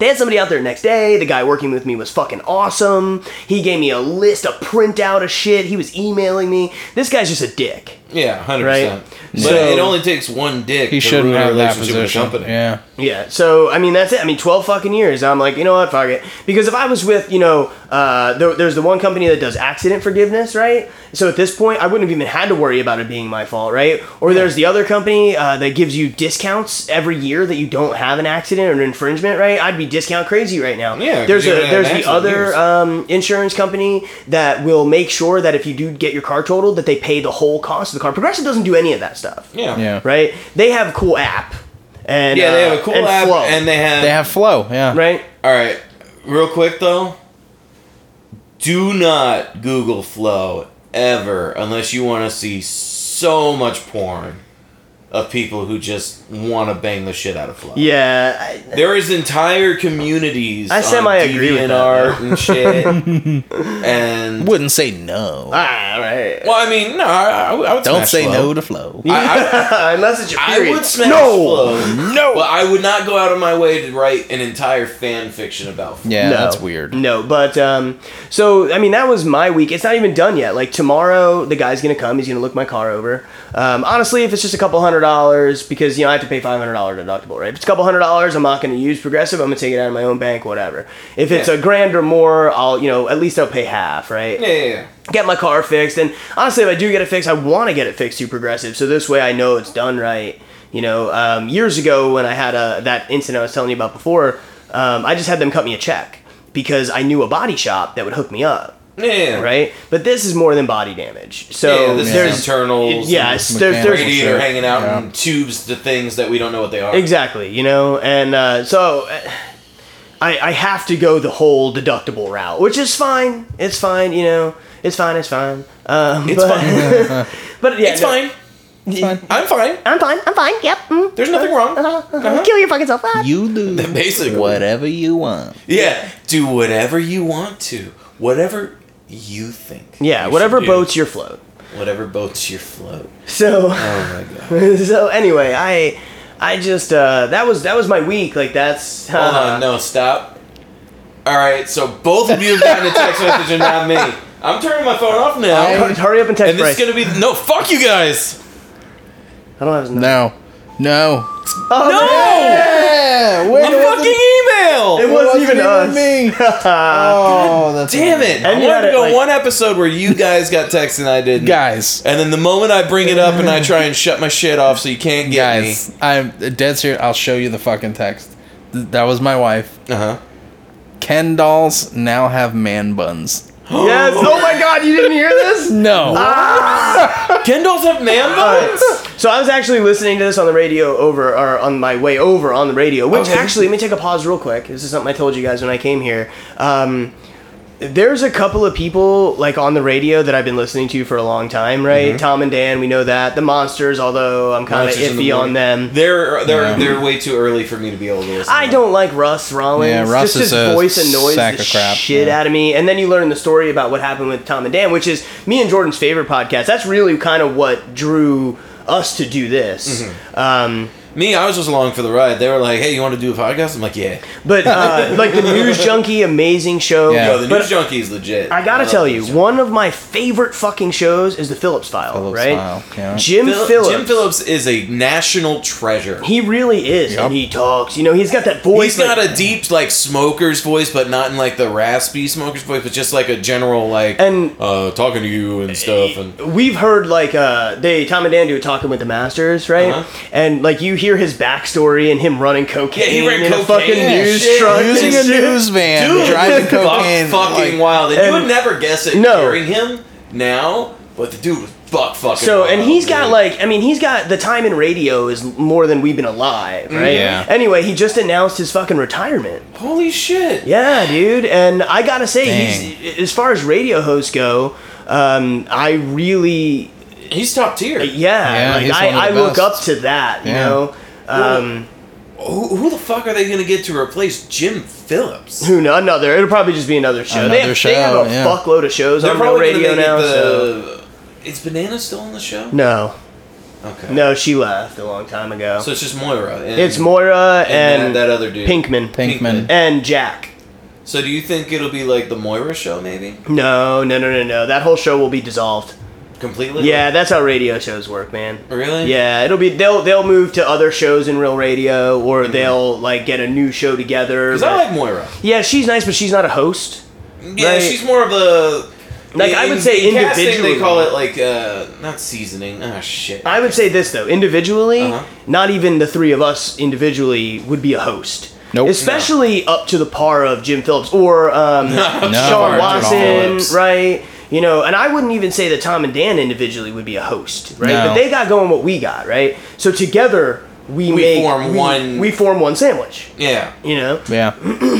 [SPEAKER 5] They had somebody out there the next day. The guy working with me was fucking awesome. He gave me a list, a printout of shit. He was emailing me. This guy's just a dick.
[SPEAKER 1] yeah, 100%.
[SPEAKER 5] Right?
[SPEAKER 1] But
[SPEAKER 5] So-
[SPEAKER 1] it only takes one dick
[SPEAKER 4] He
[SPEAKER 1] to
[SPEAKER 4] should
[SPEAKER 1] ruin a
[SPEAKER 4] have that
[SPEAKER 1] relationship with a
[SPEAKER 4] position.
[SPEAKER 1] company.
[SPEAKER 4] Yeah.
[SPEAKER 5] Yeah, so I mean that's it. I mean twelve fucking years. I'm like, you know what, fuck it. Because if I was with, you know, uh, there, there's the one company that does accident forgiveness, right? So at this point, I wouldn't have even had to worry about it being my fault, right? Or there's the other company uh, that gives you discounts every year that you don't have an accident or an infringement, right? I'd be discount crazy right now.
[SPEAKER 1] Yeah, 'cause
[SPEAKER 5] There's
[SPEAKER 1] you
[SPEAKER 5] a
[SPEAKER 1] haven't had
[SPEAKER 5] there's
[SPEAKER 1] an
[SPEAKER 5] the
[SPEAKER 1] accident in
[SPEAKER 5] other
[SPEAKER 1] years.
[SPEAKER 5] um, insurance company that will make sure that if you do get your car totaled, that they pay the whole cost of the car. Progressive doesn't do any of that stuff
[SPEAKER 1] Yeah.
[SPEAKER 4] Yeah.
[SPEAKER 5] right? They have a cool app. And,
[SPEAKER 1] Yeah, they
[SPEAKER 5] uh,
[SPEAKER 1] have a cool
[SPEAKER 5] and
[SPEAKER 1] app
[SPEAKER 5] Flow,
[SPEAKER 1] and they have,
[SPEAKER 4] They have flow. Yeah.
[SPEAKER 5] right.
[SPEAKER 1] All right. Real quick though, do not Google Flow ever unless you want to see so much porn. of people who just want to bang the shit out of Flo.
[SPEAKER 5] Yeah, I,
[SPEAKER 1] There is entire communities.
[SPEAKER 5] I
[SPEAKER 1] on
[SPEAKER 5] semi-agree with that,
[SPEAKER 1] DeviantArt and shit. and
[SPEAKER 4] Wouldn't say no.
[SPEAKER 5] ah, right.
[SPEAKER 1] well, I mean, no, I, I would- I would
[SPEAKER 4] Don't
[SPEAKER 1] smash
[SPEAKER 4] say
[SPEAKER 1] Flo.
[SPEAKER 4] no to flow.
[SPEAKER 1] I,
[SPEAKER 5] Unless it's your
[SPEAKER 1] I,
[SPEAKER 5] period.
[SPEAKER 1] I would smash
[SPEAKER 5] no.
[SPEAKER 1] Flo. No, but I would not go out of my way to write an entire fan fiction about. Flo.
[SPEAKER 4] Yeah,
[SPEAKER 5] No.
[SPEAKER 4] that's weird.
[SPEAKER 5] No, but um, so I mean that was my week. It's not even done yet. Like tomorrow, the guy's gonna come. He's gonna look my car over. Um, honestly, if it's just a couple hundred dollars, because you know I have to pay five hundred dollar deductible, right? If it's a couple hundred dollars, I'm not gonna use Progressive. I'm gonna take it out of my own bank, whatever. If it's
[SPEAKER 1] Yeah.
[SPEAKER 5] a grand or more, I'll you know at least I'll pay half, right?
[SPEAKER 1] Yeah, yeah, yeah.
[SPEAKER 5] get my car fixed. And honestly, if I do get it fixed, I want to get it fixed through Progressive, so this way I know it's done right. You know, um, years ago when I had a, that incident I was telling you about before, um, I just had them cut me a check because I knew a body shop that would hook me up.
[SPEAKER 1] yeah, yeah.
[SPEAKER 5] Right, but this is more than body damage. So
[SPEAKER 1] Mm. Yeah, this is
[SPEAKER 5] there's
[SPEAKER 1] internals
[SPEAKER 5] Yeah,
[SPEAKER 1] and
[SPEAKER 5] it's- there's,
[SPEAKER 4] mechanical
[SPEAKER 5] there's
[SPEAKER 4] shit.
[SPEAKER 1] Radiator hanging out
[SPEAKER 4] Yeah.
[SPEAKER 1] and tubes to things that we don't know what they are.
[SPEAKER 5] Exactly, you know, and uh, so uh, I, I have to go the whole deductible route, which is fine. It's fine, you know. It's fine. It's fine. Um,
[SPEAKER 1] It's
[SPEAKER 5] but,
[SPEAKER 1] fine.
[SPEAKER 5] But yeah,
[SPEAKER 1] It's
[SPEAKER 5] no,
[SPEAKER 1] fine. I'm fine.
[SPEAKER 5] I'm fine. I'm fine. Yep. Mm.
[SPEAKER 1] There's nothing wrong.
[SPEAKER 5] Kill your fucking self. Ah.
[SPEAKER 4] You do
[SPEAKER 1] Basically.
[SPEAKER 4] whatever you want.
[SPEAKER 1] Yeah, do whatever you want to. Whatever you think.
[SPEAKER 5] Yeah,
[SPEAKER 1] you
[SPEAKER 5] whatever
[SPEAKER 1] should do.
[SPEAKER 5] boats your float. Uh.
[SPEAKER 1] Whatever boats your float.
[SPEAKER 5] So,
[SPEAKER 1] Oh my god.
[SPEAKER 5] so anyway, I, I just uh, that was that was my week. Like that's. Uh,
[SPEAKER 1] Hold on, no, stop. All right, so both of you have gotten a text message and not me. I'm turning my phone off now.
[SPEAKER 5] Hurry- Hurry up and text
[SPEAKER 1] and
[SPEAKER 5] Bryce.
[SPEAKER 1] this is gonna be no. Fuck you guys.
[SPEAKER 5] I don't have his number.
[SPEAKER 4] No. No.
[SPEAKER 5] Oh,
[SPEAKER 4] Yeah,
[SPEAKER 1] No, my fucking
[SPEAKER 5] It
[SPEAKER 1] email.
[SPEAKER 5] wasn't even us.
[SPEAKER 4] me. oh, that's
[SPEAKER 1] Damn it!
[SPEAKER 5] And
[SPEAKER 1] I
[SPEAKER 5] you had
[SPEAKER 1] wanted to
[SPEAKER 5] it,
[SPEAKER 1] go
[SPEAKER 5] like-
[SPEAKER 1] one episode where you guys got text and I didn't.
[SPEAKER 4] guys.
[SPEAKER 1] And then the moment I bring it up and I try and shut my shit off so you can't get
[SPEAKER 4] Guys, I'm dead serious. I'll show you the fucking text. Th- That was my wife.
[SPEAKER 1] me. Uh huh.
[SPEAKER 4] Ken dolls now have man buns.
[SPEAKER 5] Yes. Oh my God! You didn't hear this?
[SPEAKER 4] No.
[SPEAKER 1] Kendall's up man buns?
[SPEAKER 5] So I was actually listening to this on the radio over, or on my way over on the radio. Which actually, let me take a pause real quick. This is something I told you guys when I came here. Um, there's a couple of people like on the radio that I've been listening to for a long time,
[SPEAKER 4] Mm-hmm.
[SPEAKER 5] right? Tom and Dan, we know that. The Monsters, although I'm kind of
[SPEAKER 1] Monsters in the
[SPEAKER 5] iffy on
[SPEAKER 1] Morning.
[SPEAKER 5] them.
[SPEAKER 1] They're uh, they're they're way too early for me to be able to listen.
[SPEAKER 5] I
[SPEAKER 1] to.
[SPEAKER 5] don't like Russ Rollins.
[SPEAKER 4] Yeah, Russ
[SPEAKER 5] Just
[SPEAKER 4] is
[SPEAKER 5] his
[SPEAKER 4] a
[SPEAKER 5] voice annoys
[SPEAKER 4] sack
[SPEAKER 5] the
[SPEAKER 4] of crap,
[SPEAKER 5] shit
[SPEAKER 4] yeah.
[SPEAKER 5] out of me. And then you learn the story about what happened with Tom and Dan, which is me and Jordan's favorite podcast. That's really kind of what drew us to do
[SPEAKER 4] Mm-hmm.
[SPEAKER 5] this. Um,
[SPEAKER 1] Me, I was just along for the ride. They were like, "Hey, you want to do a podcast?" I'm like, "Yeah."
[SPEAKER 5] But uh, like the News Junkie, amazing show.
[SPEAKER 4] Yeah.
[SPEAKER 1] Yo, the
[SPEAKER 5] But
[SPEAKER 1] news junkie is legit.
[SPEAKER 5] I gotta
[SPEAKER 1] love
[SPEAKER 5] tell
[SPEAKER 1] the
[SPEAKER 5] you,
[SPEAKER 1] News
[SPEAKER 5] one of my favorite fucking shows is the Phillips File,
[SPEAKER 4] Phillips
[SPEAKER 5] right?
[SPEAKER 4] File, yeah.
[SPEAKER 5] Jim
[SPEAKER 1] Junkie. Phil-
[SPEAKER 5] Phillips.
[SPEAKER 1] Jim Phillips is a national treasure.
[SPEAKER 5] He really is, and he talks. You know, he's got that voice.
[SPEAKER 1] He's not
[SPEAKER 5] like-
[SPEAKER 1] a deep like smoker's voice, but not in like the raspy smoker's voice, but just like a general like
[SPEAKER 5] And-
[SPEAKER 1] uh, talking to you and stuff. And
[SPEAKER 5] We've heard like uh, they Tom and Dan do a talking with the Masters, right?
[SPEAKER 1] Uh-huh.
[SPEAKER 5] And like you hear his backstory and him running cocaine
[SPEAKER 1] Yeah, he
[SPEAKER 5] in
[SPEAKER 1] ran
[SPEAKER 5] a
[SPEAKER 1] cocaine
[SPEAKER 5] fucking
[SPEAKER 1] and
[SPEAKER 5] news
[SPEAKER 1] shit.
[SPEAKER 5] truck, and
[SPEAKER 4] Using a
[SPEAKER 5] shit.
[SPEAKER 4] news van, driving
[SPEAKER 1] fuck
[SPEAKER 4] cocaine.
[SPEAKER 1] fucking
[SPEAKER 4] like,
[SPEAKER 1] wild. And,
[SPEAKER 5] and-
[SPEAKER 1] you would never guess it
[SPEAKER 5] No.
[SPEAKER 1] hearing him now, but the dude was fuck fucking.
[SPEAKER 5] So and
[SPEAKER 1] wild,
[SPEAKER 5] he's got
[SPEAKER 1] dude.
[SPEAKER 5] like I mean he's got the time in radio is more than we've been alive,
[SPEAKER 1] Mm,
[SPEAKER 5] right?
[SPEAKER 4] yeah.
[SPEAKER 5] Anyway, he just announced his fucking retirement.
[SPEAKER 1] holy shit.
[SPEAKER 5] Yeah, dude. And I gotta say,
[SPEAKER 4] Dang.
[SPEAKER 5] he's, as far as radio hosts go, um, I really,
[SPEAKER 1] He's top tier.
[SPEAKER 5] yeah,
[SPEAKER 4] Yeah,
[SPEAKER 5] like
[SPEAKER 4] he's one of the
[SPEAKER 5] I, I look
[SPEAKER 4] best.
[SPEAKER 5] up to that. You
[SPEAKER 4] Yeah.
[SPEAKER 5] know, um,
[SPEAKER 1] Who, who the fuck are they gonna get to replace Jim Phillips?
[SPEAKER 5] who know? Another. It'll probably just be another show. they,
[SPEAKER 4] Another
[SPEAKER 5] have, they have
[SPEAKER 4] show,
[SPEAKER 5] a
[SPEAKER 4] yeah.
[SPEAKER 5] fuckload of shows on real radio
[SPEAKER 1] make it
[SPEAKER 5] now. so.
[SPEAKER 1] the. Is Banana still on the show?
[SPEAKER 5] No,
[SPEAKER 1] Okay.
[SPEAKER 5] no, she left a long time ago.
[SPEAKER 1] So it's just Moira. And,
[SPEAKER 5] it's Moira
[SPEAKER 1] and,
[SPEAKER 5] and,
[SPEAKER 1] that, that other dude.
[SPEAKER 5] Pinkman
[SPEAKER 4] Pinkman.
[SPEAKER 5] and Jack.
[SPEAKER 1] So do you think it'll be like the Moira show, maybe
[SPEAKER 5] No, no, no, no, no. That whole show will be dissolved.
[SPEAKER 1] completely?
[SPEAKER 5] Yeah, that's how radio shows work, man.
[SPEAKER 1] Really?
[SPEAKER 5] Yeah, it'll be they'll they'll move to other shows in real radio, or they'll like get a new show together.
[SPEAKER 1] Because I
[SPEAKER 5] but-
[SPEAKER 1] like Moira.
[SPEAKER 5] yeah, she's nice, but she's not a host.
[SPEAKER 1] Yeah,
[SPEAKER 5] Right.
[SPEAKER 1] she's more of a.
[SPEAKER 5] Like, I would say
[SPEAKER 1] casting,
[SPEAKER 5] individually.
[SPEAKER 1] they call it like uh, not seasoning. Ah, shit.
[SPEAKER 5] I would say this though, individually,
[SPEAKER 1] Uh-huh.
[SPEAKER 5] not even the three of us individually would be a host.
[SPEAKER 4] Nope.
[SPEAKER 5] Especially up to the par of Jim Phillips or um, Sean
[SPEAKER 4] Jim
[SPEAKER 5] Watson,
[SPEAKER 4] Phillips.
[SPEAKER 5] right? You know, and I wouldn't even say that Tom and Dan individually would be a host, right?
[SPEAKER 4] No.
[SPEAKER 5] But they got going what we got, right? So together we,
[SPEAKER 1] We
[SPEAKER 5] make
[SPEAKER 1] form one-
[SPEAKER 5] we form one sandwich.
[SPEAKER 1] yeah.
[SPEAKER 5] You know,
[SPEAKER 4] Yeah.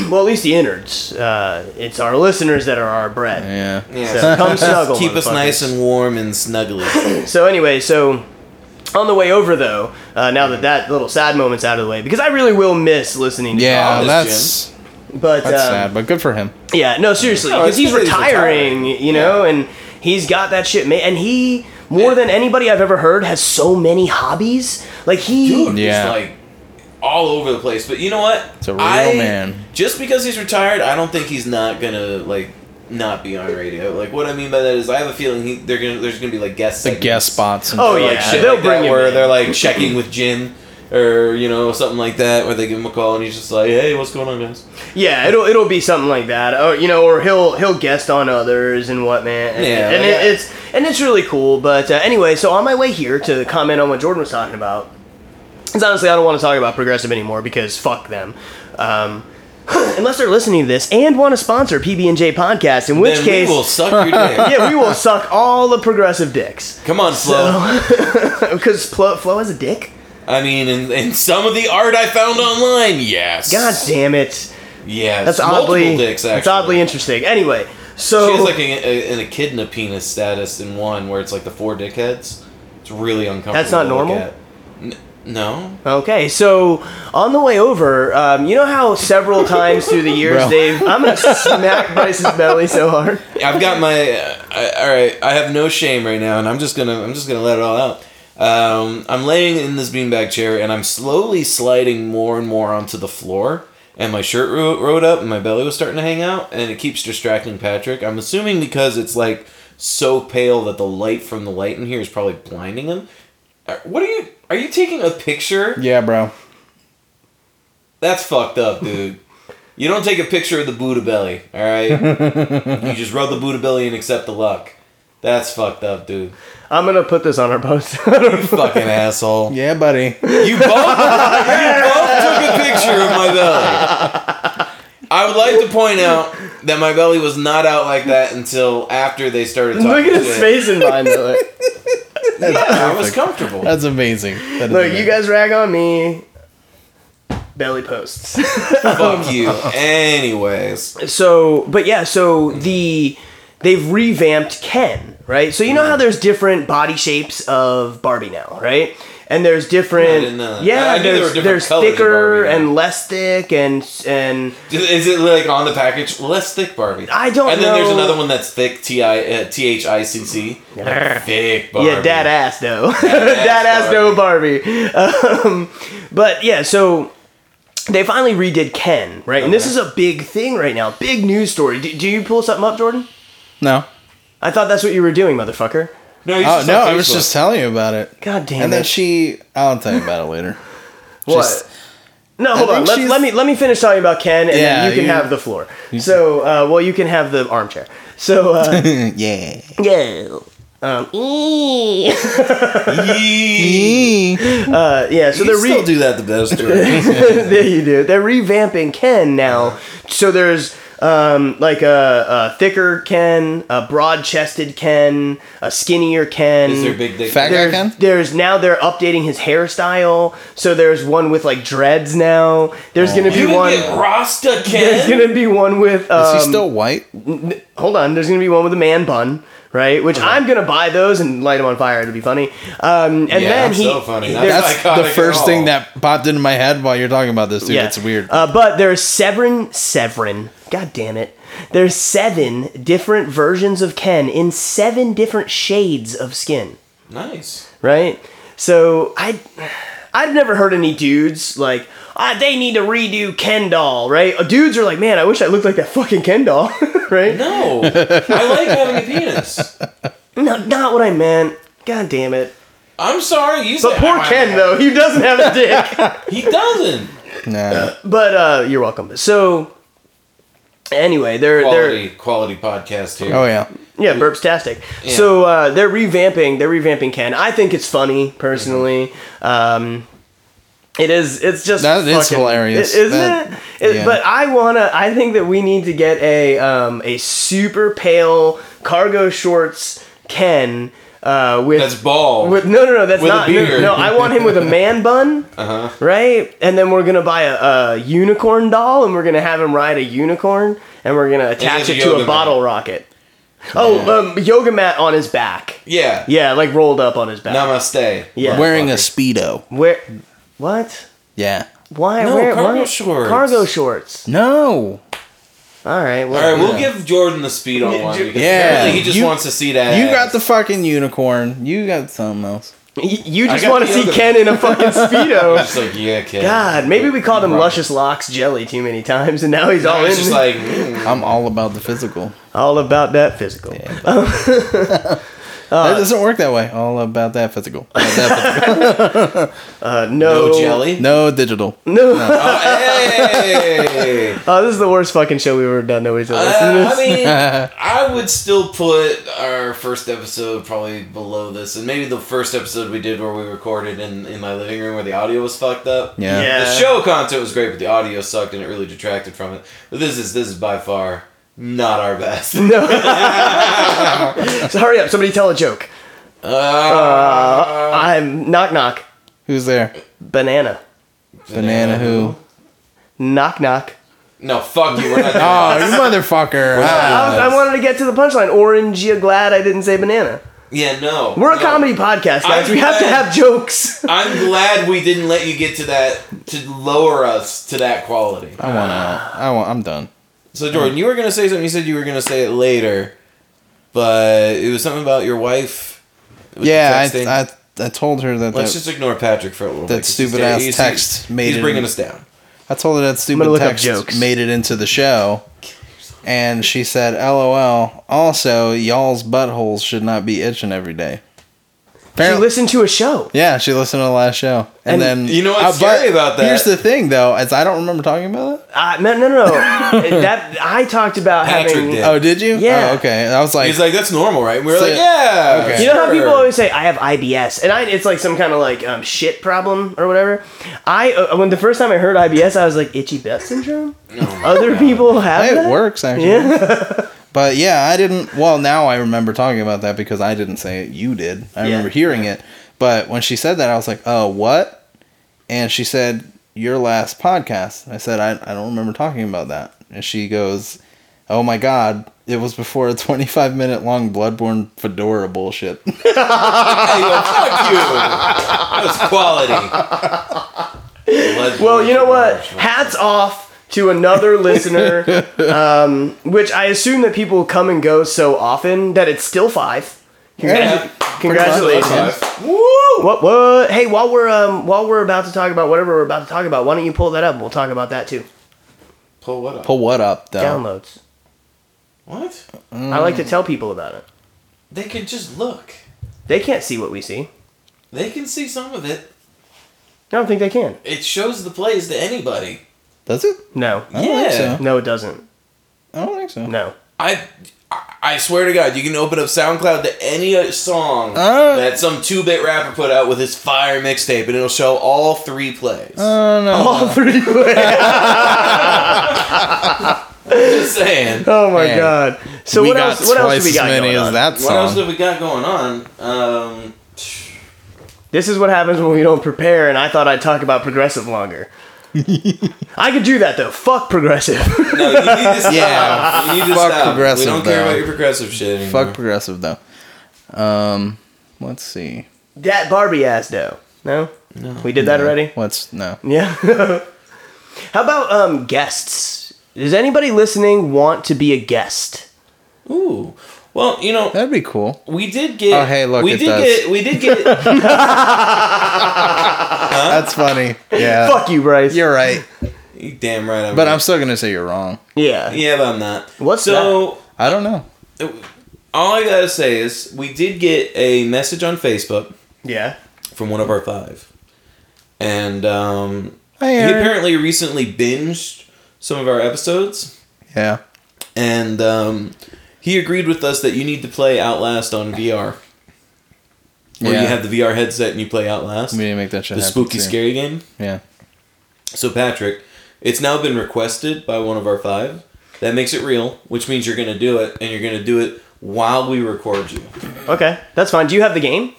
[SPEAKER 5] well, at least the innards. Uh, it's our listeners that are our bread.
[SPEAKER 4] Yeah.
[SPEAKER 1] Yeah.
[SPEAKER 5] So come
[SPEAKER 1] Just
[SPEAKER 5] snuggle.
[SPEAKER 1] Keep us
[SPEAKER 5] motherfuckers.
[SPEAKER 1] nice and warm and snuggly.
[SPEAKER 5] So anyway, so On the way over, though, uh, now that that little sad moment's out of the way, because I really will miss listening to
[SPEAKER 4] Yeah,
[SPEAKER 5] Thomas,
[SPEAKER 4] that's
[SPEAKER 5] but
[SPEAKER 4] that's
[SPEAKER 5] um,
[SPEAKER 4] sad, but good for him.
[SPEAKER 5] Yeah, no, seriously,
[SPEAKER 1] No,
[SPEAKER 5] because
[SPEAKER 1] it's
[SPEAKER 5] he's
[SPEAKER 1] 'cause he's
[SPEAKER 5] retiring, you know, and he's got that shit made. And he, more than anybody I've ever heard, has so many hobbies. Like he,
[SPEAKER 1] dude
[SPEAKER 4] Yeah.
[SPEAKER 1] is like all over the place. But you know what? It's
[SPEAKER 4] a real man.
[SPEAKER 1] Just because he's retired, I don't think he's not gonna like not be on radio. Like what I mean by that is, I have a feeling he, they're gonna there's gonna be like guest
[SPEAKER 4] The guest
[SPEAKER 1] segments.
[SPEAKER 4] spots. And
[SPEAKER 5] Oh,
[SPEAKER 1] Or, like,
[SPEAKER 5] yeah,
[SPEAKER 1] shit
[SPEAKER 5] they'll
[SPEAKER 1] like that
[SPEAKER 5] bring him
[SPEAKER 1] where
[SPEAKER 5] in.
[SPEAKER 1] they're like checking with Jim. Or you know something like that, where they give him a call and he's just like, "Hey, what's going on, guys?"
[SPEAKER 5] yeah, it'll it'll be something like that, or you know, or he'll he'll guest on others and what man, and,
[SPEAKER 1] Yeah,
[SPEAKER 5] and
[SPEAKER 1] like,
[SPEAKER 5] it,
[SPEAKER 1] I-
[SPEAKER 5] it's and it's really cool. But uh, anyway, so on my way here to comment on what Jordan was talking about, because honestly, I don't want to talk about progressive anymore because fuck them. Um, Unless they're listening to this and want to sponsor PB and J podcast, in which
[SPEAKER 1] then
[SPEAKER 5] case
[SPEAKER 1] we will suck your dick.
[SPEAKER 5] yeah, we will suck all the progressive dicks.
[SPEAKER 1] Come on, Flo.
[SPEAKER 5] Because Flo, Flo has a dick?
[SPEAKER 1] I mean, and, and some of the art I found online, yes.
[SPEAKER 5] God damn it.
[SPEAKER 1] Yes.
[SPEAKER 5] That's
[SPEAKER 1] Multiple
[SPEAKER 5] oddly,
[SPEAKER 1] Dicks, actually.
[SPEAKER 5] that's oddly interesting. Anyway, so.
[SPEAKER 1] She has like a, a, an echidna penis status in one where it's like the four dickheads. It's really uncomfortable.
[SPEAKER 5] That's not
[SPEAKER 1] to look
[SPEAKER 5] normal?
[SPEAKER 1] at. N- no.
[SPEAKER 5] okay, so on the way over, um, you know how several times through the years
[SPEAKER 4] Bro.
[SPEAKER 5] they've. I'm going to smack Bryce's belly so hard.
[SPEAKER 1] I've got my. Uh, I, all right. I have no shame right now, and I'm just gonna. I'm just gonna let it all out. Um, I'm laying in this beanbag chair, and I'm slowly sliding more and more onto the floor. And my shirt ro- rode up, and my belly was starting to hang out, and it keeps distracting Patrick. I'm assuming because it's like so pale that the light from the light in here is probably blinding him. Uh, What are you? Are you taking a picture?
[SPEAKER 4] Yeah, bro.
[SPEAKER 1] That's fucked up, dude. you don't take a picture of the Buddha belly, all right? you just rub the Buddha belly and accept the luck. That's fucked up, dude.
[SPEAKER 5] I'm going to put this on our post.
[SPEAKER 1] You fucking asshole.
[SPEAKER 4] Yeah, buddy.
[SPEAKER 1] You both, you both took a picture of my belly. I would like to point out that my belly was not out like that until after they started talking.
[SPEAKER 5] Look at his
[SPEAKER 1] shit.
[SPEAKER 5] face and mine. though.
[SPEAKER 1] Yeah, I was comfortable.
[SPEAKER 4] That's amazing. That is
[SPEAKER 5] Look, you
[SPEAKER 4] amazing.
[SPEAKER 5] guys rag on me. Belly posts.
[SPEAKER 1] Fuck you. Anyways,
[SPEAKER 5] so but yeah so the they've revamped ken right so you know how there's different body shapes of barbie now right and there's different
[SPEAKER 1] Yeah, I didn't know that.
[SPEAKER 5] yeah
[SPEAKER 1] I- I knew there
[SPEAKER 5] there's,
[SPEAKER 1] were different
[SPEAKER 5] there's
[SPEAKER 1] colors of
[SPEAKER 5] thicker
[SPEAKER 1] Barbie now.
[SPEAKER 5] and less thick and and
[SPEAKER 1] is it like on the package less thick Barbie?
[SPEAKER 5] I don't
[SPEAKER 1] And then there's
[SPEAKER 5] know.
[SPEAKER 1] another one that's thick T I uh, T H I C C. Thick Barbie.
[SPEAKER 5] yeah dad ass though
[SPEAKER 1] Dad-ass
[SPEAKER 5] dad ass no barbie um, but yeah so they finally redid ken right and this is a big thing right now big news story do, do you pull something up jordan
[SPEAKER 4] No.
[SPEAKER 5] i thought that's what you were doing motherfucker
[SPEAKER 1] No, he's
[SPEAKER 4] Oh
[SPEAKER 1] just
[SPEAKER 4] no,
[SPEAKER 1] on
[SPEAKER 4] I was
[SPEAKER 1] Facebook.
[SPEAKER 4] just telling you about it.
[SPEAKER 5] god damn
[SPEAKER 4] And
[SPEAKER 5] it
[SPEAKER 4] then she, I'll tell you about it later.
[SPEAKER 5] What?
[SPEAKER 4] Just-
[SPEAKER 5] no, hold on.
[SPEAKER 4] think
[SPEAKER 5] Let,
[SPEAKER 4] she's-
[SPEAKER 5] let me let me finish talking about Ken, and
[SPEAKER 4] Yeah,
[SPEAKER 5] then you can
[SPEAKER 4] you-
[SPEAKER 5] have the floor. So, uh, well, you can have the armchair. So, uh,
[SPEAKER 4] yeah.
[SPEAKER 5] yeah, um, ee.
[SPEAKER 1] Yee.
[SPEAKER 5] uh, yeah. So
[SPEAKER 1] You
[SPEAKER 5] they're
[SPEAKER 1] still
[SPEAKER 5] re-
[SPEAKER 1] do that the best. right?
[SPEAKER 5] there you do. They're revamping Ken now. So there's um, like a, a thicker Ken, a broad-chested Ken, a skinnier Ken.
[SPEAKER 1] Is there big dick?
[SPEAKER 4] Fat guy
[SPEAKER 5] there's,
[SPEAKER 4] Ken?
[SPEAKER 5] there's now they're updating his hairstyle. So there's one with like dreads now. There's gonna
[SPEAKER 1] You
[SPEAKER 5] be
[SPEAKER 1] can
[SPEAKER 5] one.
[SPEAKER 1] get Rasta
[SPEAKER 5] There's
[SPEAKER 1] Ken.
[SPEAKER 5] gonna be one with. Um,
[SPEAKER 4] Is he still white?
[SPEAKER 5] hold on, there's gonna be one with a man bun, right? Which I'm gonna buy those and light them on fire. It'll be funny. Um, and
[SPEAKER 1] Yeah,
[SPEAKER 5] then
[SPEAKER 1] that's
[SPEAKER 5] he,
[SPEAKER 1] so funny.
[SPEAKER 5] there's-
[SPEAKER 1] That's
[SPEAKER 4] That's
[SPEAKER 1] psychotic
[SPEAKER 4] the
[SPEAKER 1] at
[SPEAKER 4] first
[SPEAKER 1] all.
[SPEAKER 4] thing that popped into my head while you're talking about this, dude.
[SPEAKER 5] yeah.
[SPEAKER 4] It's weird.
[SPEAKER 5] Uh, but there's seven, seven. God damn it. There's seven different versions of Ken in seven different shades of skin,
[SPEAKER 1] Nice.
[SPEAKER 5] right? So I, I've never heard any dudes like. Ah, they need to redo Ken doll, right? Uh, Dudes are like, man, I wish I looked like that fucking Ken doll, right?
[SPEAKER 1] No, I like having a penis.
[SPEAKER 5] No, not what I meant. God damn it.
[SPEAKER 1] I'm sorry. You
[SPEAKER 5] But
[SPEAKER 1] said-
[SPEAKER 5] poor Ken though, he doesn't have a dick.
[SPEAKER 1] He doesn't.
[SPEAKER 4] nah.
[SPEAKER 5] but uh, you're welcome. So anyway, they're
[SPEAKER 1] Quality, quality podcast here.
[SPEAKER 4] Oh yeah.
[SPEAKER 5] they're yeah, burps tastic. So uh, they're revamping, they're revamping Ken. I think it's funny personally. Um, it is. It's just
[SPEAKER 4] That is hilarious.
[SPEAKER 5] is isn't
[SPEAKER 4] That-
[SPEAKER 5] it? It-
[SPEAKER 4] yeah.
[SPEAKER 5] But I wanna. I think that we need to get a um, a super pale cargo shorts Ken uh, with
[SPEAKER 1] That's bald.
[SPEAKER 5] With no, no, no. That's
[SPEAKER 1] With a
[SPEAKER 5] not. No,
[SPEAKER 1] beard.
[SPEAKER 5] no, I want him with a man bun,
[SPEAKER 1] Uh-huh.
[SPEAKER 5] right? And then we're gonna buy a, a unicorn doll, and we're gonna have him ride a unicorn, and we're gonna
[SPEAKER 1] he has
[SPEAKER 5] attach
[SPEAKER 1] a
[SPEAKER 5] it to
[SPEAKER 1] yoga
[SPEAKER 5] a
[SPEAKER 1] mat.
[SPEAKER 5] bottle rocket. Oh, um, yoga mat on his back. like
[SPEAKER 1] Yeah.
[SPEAKER 5] yeah, like rolled up on his back.
[SPEAKER 1] Namaste.
[SPEAKER 5] Yeah.
[SPEAKER 4] Wearing a
[SPEAKER 1] motherfucker.
[SPEAKER 4] speedo.
[SPEAKER 5] Where? What?
[SPEAKER 4] Yeah.
[SPEAKER 5] Why?
[SPEAKER 1] No,
[SPEAKER 5] where,
[SPEAKER 1] cargo
[SPEAKER 5] why-
[SPEAKER 1] shorts.
[SPEAKER 5] Cargo shorts.
[SPEAKER 4] No.
[SPEAKER 5] All right.
[SPEAKER 1] All right,
[SPEAKER 5] Well,
[SPEAKER 1] we'll give Jordan the speed on one. because
[SPEAKER 4] Yeah.
[SPEAKER 1] apparently he just
[SPEAKER 4] You-
[SPEAKER 1] wants to see that.
[SPEAKER 4] You
[SPEAKER 1] ass.
[SPEAKER 4] got the fucking unicorn. You got something else.
[SPEAKER 5] Y- you
[SPEAKER 1] I
[SPEAKER 5] just
[SPEAKER 1] got
[SPEAKER 5] want
[SPEAKER 1] the
[SPEAKER 5] to see
[SPEAKER 1] other-
[SPEAKER 5] Ken in a fucking
[SPEAKER 1] It's
[SPEAKER 5] speedo.
[SPEAKER 1] like yeah, kid.
[SPEAKER 5] God, maybe we called him
[SPEAKER 1] Right.
[SPEAKER 5] Luscious Locks Jelly too many times, and now he's
[SPEAKER 1] No,
[SPEAKER 5] all in.
[SPEAKER 1] it's just like mm.
[SPEAKER 4] I'm all about the physical.
[SPEAKER 5] all about that physical.
[SPEAKER 4] that doesn't work that way. All about that physical. About that physical.
[SPEAKER 5] Uh, no,
[SPEAKER 1] no jelly.
[SPEAKER 4] no digital.
[SPEAKER 5] No.
[SPEAKER 1] Oh, hey.
[SPEAKER 5] Oh, this is the worst fucking show we've ever done. Nobody's ever listened to
[SPEAKER 1] Uh, I
[SPEAKER 5] this.
[SPEAKER 1] mean, I would still put our first episode probably below this, and maybe the first episode we did where we recorded in, in my living room where the audio was fucked up.
[SPEAKER 4] Yeah.
[SPEAKER 5] Yeah.
[SPEAKER 1] the show content was great, but the audio sucked and it really detracted from it. But this is this is by far not our best. Ah.
[SPEAKER 5] So hurry up, somebody tell a joke. Uh,
[SPEAKER 1] Uh, Ah.
[SPEAKER 5] I'm knock knock
[SPEAKER 4] Who's there?
[SPEAKER 5] banana.
[SPEAKER 4] Banana who?
[SPEAKER 5] Knock knock.
[SPEAKER 1] No, fuck you. We're not doing
[SPEAKER 4] Oh, you motherfucker.
[SPEAKER 5] I,
[SPEAKER 4] Ah.
[SPEAKER 5] was, I wanted to get to the punchline. Orange, you glad I didn't say banana.
[SPEAKER 1] Yeah, no.
[SPEAKER 5] We're a
[SPEAKER 1] no.
[SPEAKER 5] comedy podcast, guys.
[SPEAKER 1] I'm
[SPEAKER 5] we have to
[SPEAKER 1] glad-
[SPEAKER 5] have jokes.
[SPEAKER 1] I'm glad we didn't let you get to that to lower us to that quality.
[SPEAKER 5] Uh,
[SPEAKER 4] I want out. I want. I'm done.
[SPEAKER 1] So Jordan, you were gonna say something. You said you were gonna say it later, but it was something about your wife. with the
[SPEAKER 4] Yeah,
[SPEAKER 1] texting.
[SPEAKER 4] I, I I told her that.
[SPEAKER 1] Let's
[SPEAKER 4] that
[SPEAKER 1] just ignore Patrick for a little bit.
[SPEAKER 4] that
[SPEAKER 1] 'cause
[SPEAKER 4] stupid
[SPEAKER 1] he's-
[SPEAKER 4] ass
[SPEAKER 1] he's-
[SPEAKER 4] text
[SPEAKER 1] he's,
[SPEAKER 4] made
[SPEAKER 1] He's
[SPEAKER 4] it
[SPEAKER 1] bringing
[SPEAKER 4] in-
[SPEAKER 1] us down.
[SPEAKER 4] I told her that stupid
[SPEAKER 5] look up
[SPEAKER 4] text
[SPEAKER 5] jokes.
[SPEAKER 4] made it into the show, and she said, "LOL." Also, y'all's buttholes should not be itching every day.
[SPEAKER 5] You
[SPEAKER 4] Apparently,
[SPEAKER 5] listen to a show.
[SPEAKER 4] yeah, she listened to the last show,
[SPEAKER 5] And
[SPEAKER 4] and, then uh,
[SPEAKER 1] you know what's
[SPEAKER 4] but
[SPEAKER 1] scary about that?
[SPEAKER 4] Here's the thing, though, is I don't remember talking about it.
[SPEAKER 5] Uh, no, no, no, no. that I talked about
[SPEAKER 1] Patrick
[SPEAKER 5] having.
[SPEAKER 1] did.
[SPEAKER 4] Oh, did you?
[SPEAKER 5] Yeah.
[SPEAKER 4] Oh, okay. I was like,
[SPEAKER 1] He's like, that's normal, right? And we were
[SPEAKER 4] So-
[SPEAKER 1] like, yeah.
[SPEAKER 4] Okay.
[SPEAKER 5] You know how
[SPEAKER 1] sure."
[SPEAKER 5] people always say I have IBS, and I it's like some kind of like um, shit problem or whatever. I uh, when the first time I heard IBS, I was like itchy butt syndrome. Other people have
[SPEAKER 4] it
[SPEAKER 5] that?
[SPEAKER 4] works actually. But yeah, I didn't. Well, now I remember talking about that because I didn't say it. You did. I
[SPEAKER 5] Yeah.
[SPEAKER 4] remember hearing it. But when she said that, I was like, "Oh, what?" And she said, "Your last podcast." I said, "I I don't remember talking about that." And she goes, "Oh my god." It was before a 25 minute long Bloodborne fedora bullshit.
[SPEAKER 1] Hey,
[SPEAKER 5] uh,
[SPEAKER 1] yo, fuck you. That was quality.
[SPEAKER 5] Well, you know what? Hats off to another listener, um, which I assume that people come and go so often that it's still five.
[SPEAKER 4] Yeah.
[SPEAKER 5] Congratulations.
[SPEAKER 4] much.
[SPEAKER 1] Woo!
[SPEAKER 5] What what? Hey, while we're um while we're about to talk about whatever we're about to talk about, why don't you pull that up? and We'll talk about that too.
[SPEAKER 1] Pull what up?
[SPEAKER 4] Pull what up though?
[SPEAKER 5] Downloads.
[SPEAKER 1] What?
[SPEAKER 5] I like to tell people about it.
[SPEAKER 1] They can just look.
[SPEAKER 5] They can't see what we see.
[SPEAKER 1] They can see some of it.
[SPEAKER 5] I don't think they can.
[SPEAKER 1] It shows the plays to anybody.
[SPEAKER 4] Does it?
[SPEAKER 5] No.
[SPEAKER 4] I don't think
[SPEAKER 1] Yeah.
[SPEAKER 4] so.
[SPEAKER 5] No, it doesn't.
[SPEAKER 4] I don't think so.
[SPEAKER 5] No.
[SPEAKER 1] I I swear to God, you can open up SoundCloud to any uh, song
[SPEAKER 4] Uh.
[SPEAKER 1] that some two-bit rapper put out with his fire mixtape, and it'll show all three plays.
[SPEAKER 4] Oh no.
[SPEAKER 5] All three ways.
[SPEAKER 1] Just saying.
[SPEAKER 5] Oh my
[SPEAKER 4] Man.
[SPEAKER 5] god. So what else? What else do we got going on?
[SPEAKER 4] that
[SPEAKER 1] What else
[SPEAKER 4] song.
[SPEAKER 1] have we got going on? Um,
[SPEAKER 5] This is what happens when we don't prepare. And I thought I'd talk about progressive longer. I could do that though. Fuck progressive.
[SPEAKER 1] no, you need to stop.
[SPEAKER 4] Yeah.
[SPEAKER 1] You need to
[SPEAKER 4] Fuck
[SPEAKER 1] stop.
[SPEAKER 4] progressive,
[SPEAKER 1] We don't care
[SPEAKER 4] though.
[SPEAKER 1] about your progressive shit anymore.
[SPEAKER 4] Fuck progressive though. Um, let's see.
[SPEAKER 5] that Barbie ass though. No. No. We did that already.
[SPEAKER 4] Uh, What's no?
[SPEAKER 5] Yeah. How about um guests? Does anybody listening want to be a guest?
[SPEAKER 1] Ooh. Well, you know,
[SPEAKER 4] That'd be cool.
[SPEAKER 1] we did get.
[SPEAKER 4] Oh, hey, look,
[SPEAKER 1] we
[SPEAKER 4] it
[SPEAKER 1] did
[SPEAKER 4] does.
[SPEAKER 1] get. We did get.
[SPEAKER 4] That's funny. Yeah,
[SPEAKER 5] Fuck you, Bryce.
[SPEAKER 4] Uh, you're right.
[SPEAKER 1] you damn right. I'm
[SPEAKER 4] But
[SPEAKER 1] right.
[SPEAKER 4] I'm still gonna say you're wrong.
[SPEAKER 5] yeah.
[SPEAKER 1] Yeah, but I'm not.
[SPEAKER 5] What's
[SPEAKER 1] so?
[SPEAKER 4] I don't know.
[SPEAKER 1] All I gotta say is we did get a message on Facebook
[SPEAKER 5] Yeah.
[SPEAKER 1] from one of our five, and um,
[SPEAKER 4] Hi,
[SPEAKER 1] he
[SPEAKER 4] Aaron.
[SPEAKER 1] apparently recently binged some of our episodes,
[SPEAKER 4] Yeah.
[SPEAKER 1] and um, he agreed with us that you need to play Outlast on VR, where
[SPEAKER 4] yeah.
[SPEAKER 1] you have the VR headset and you play Outlast,
[SPEAKER 4] we need to make that shit.
[SPEAKER 1] the
[SPEAKER 4] happen
[SPEAKER 1] spooky,
[SPEAKER 4] soon.
[SPEAKER 1] scary game.
[SPEAKER 4] Yeah.
[SPEAKER 1] So Patrick, it's now been requested by one of our five. That makes it real, which means you're gonna do it, and you're gonna do it while we record you.
[SPEAKER 5] Okay. That's fine. Do you have the game?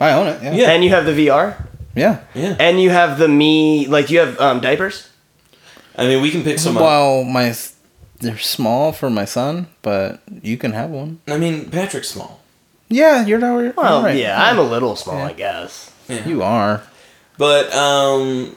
[SPEAKER 4] I own it. Yeah.
[SPEAKER 1] Yeah.
[SPEAKER 5] And you have the VR?
[SPEAKER 4] Yeah.
[SPEAKER 1] Yeah,
[SPEAKER 5] And you have the me like you have um diapers?
[SPEAKER 1] I mean we can pick some up.
[SPEAKER 4] Well, my s- they're small for my son, but you can have one.
[SPEAKER 1] I mean, Patrick's small.
[SPEAKER 4] Yeah, you're not. You're
[SPEAKER 5] Well,
[SPEAKER 4] right.
[SPEAKER 5] yeah, I'm a little small, I guess.
[SPEAKER 4] You are.
[SPEAKER 1] But um,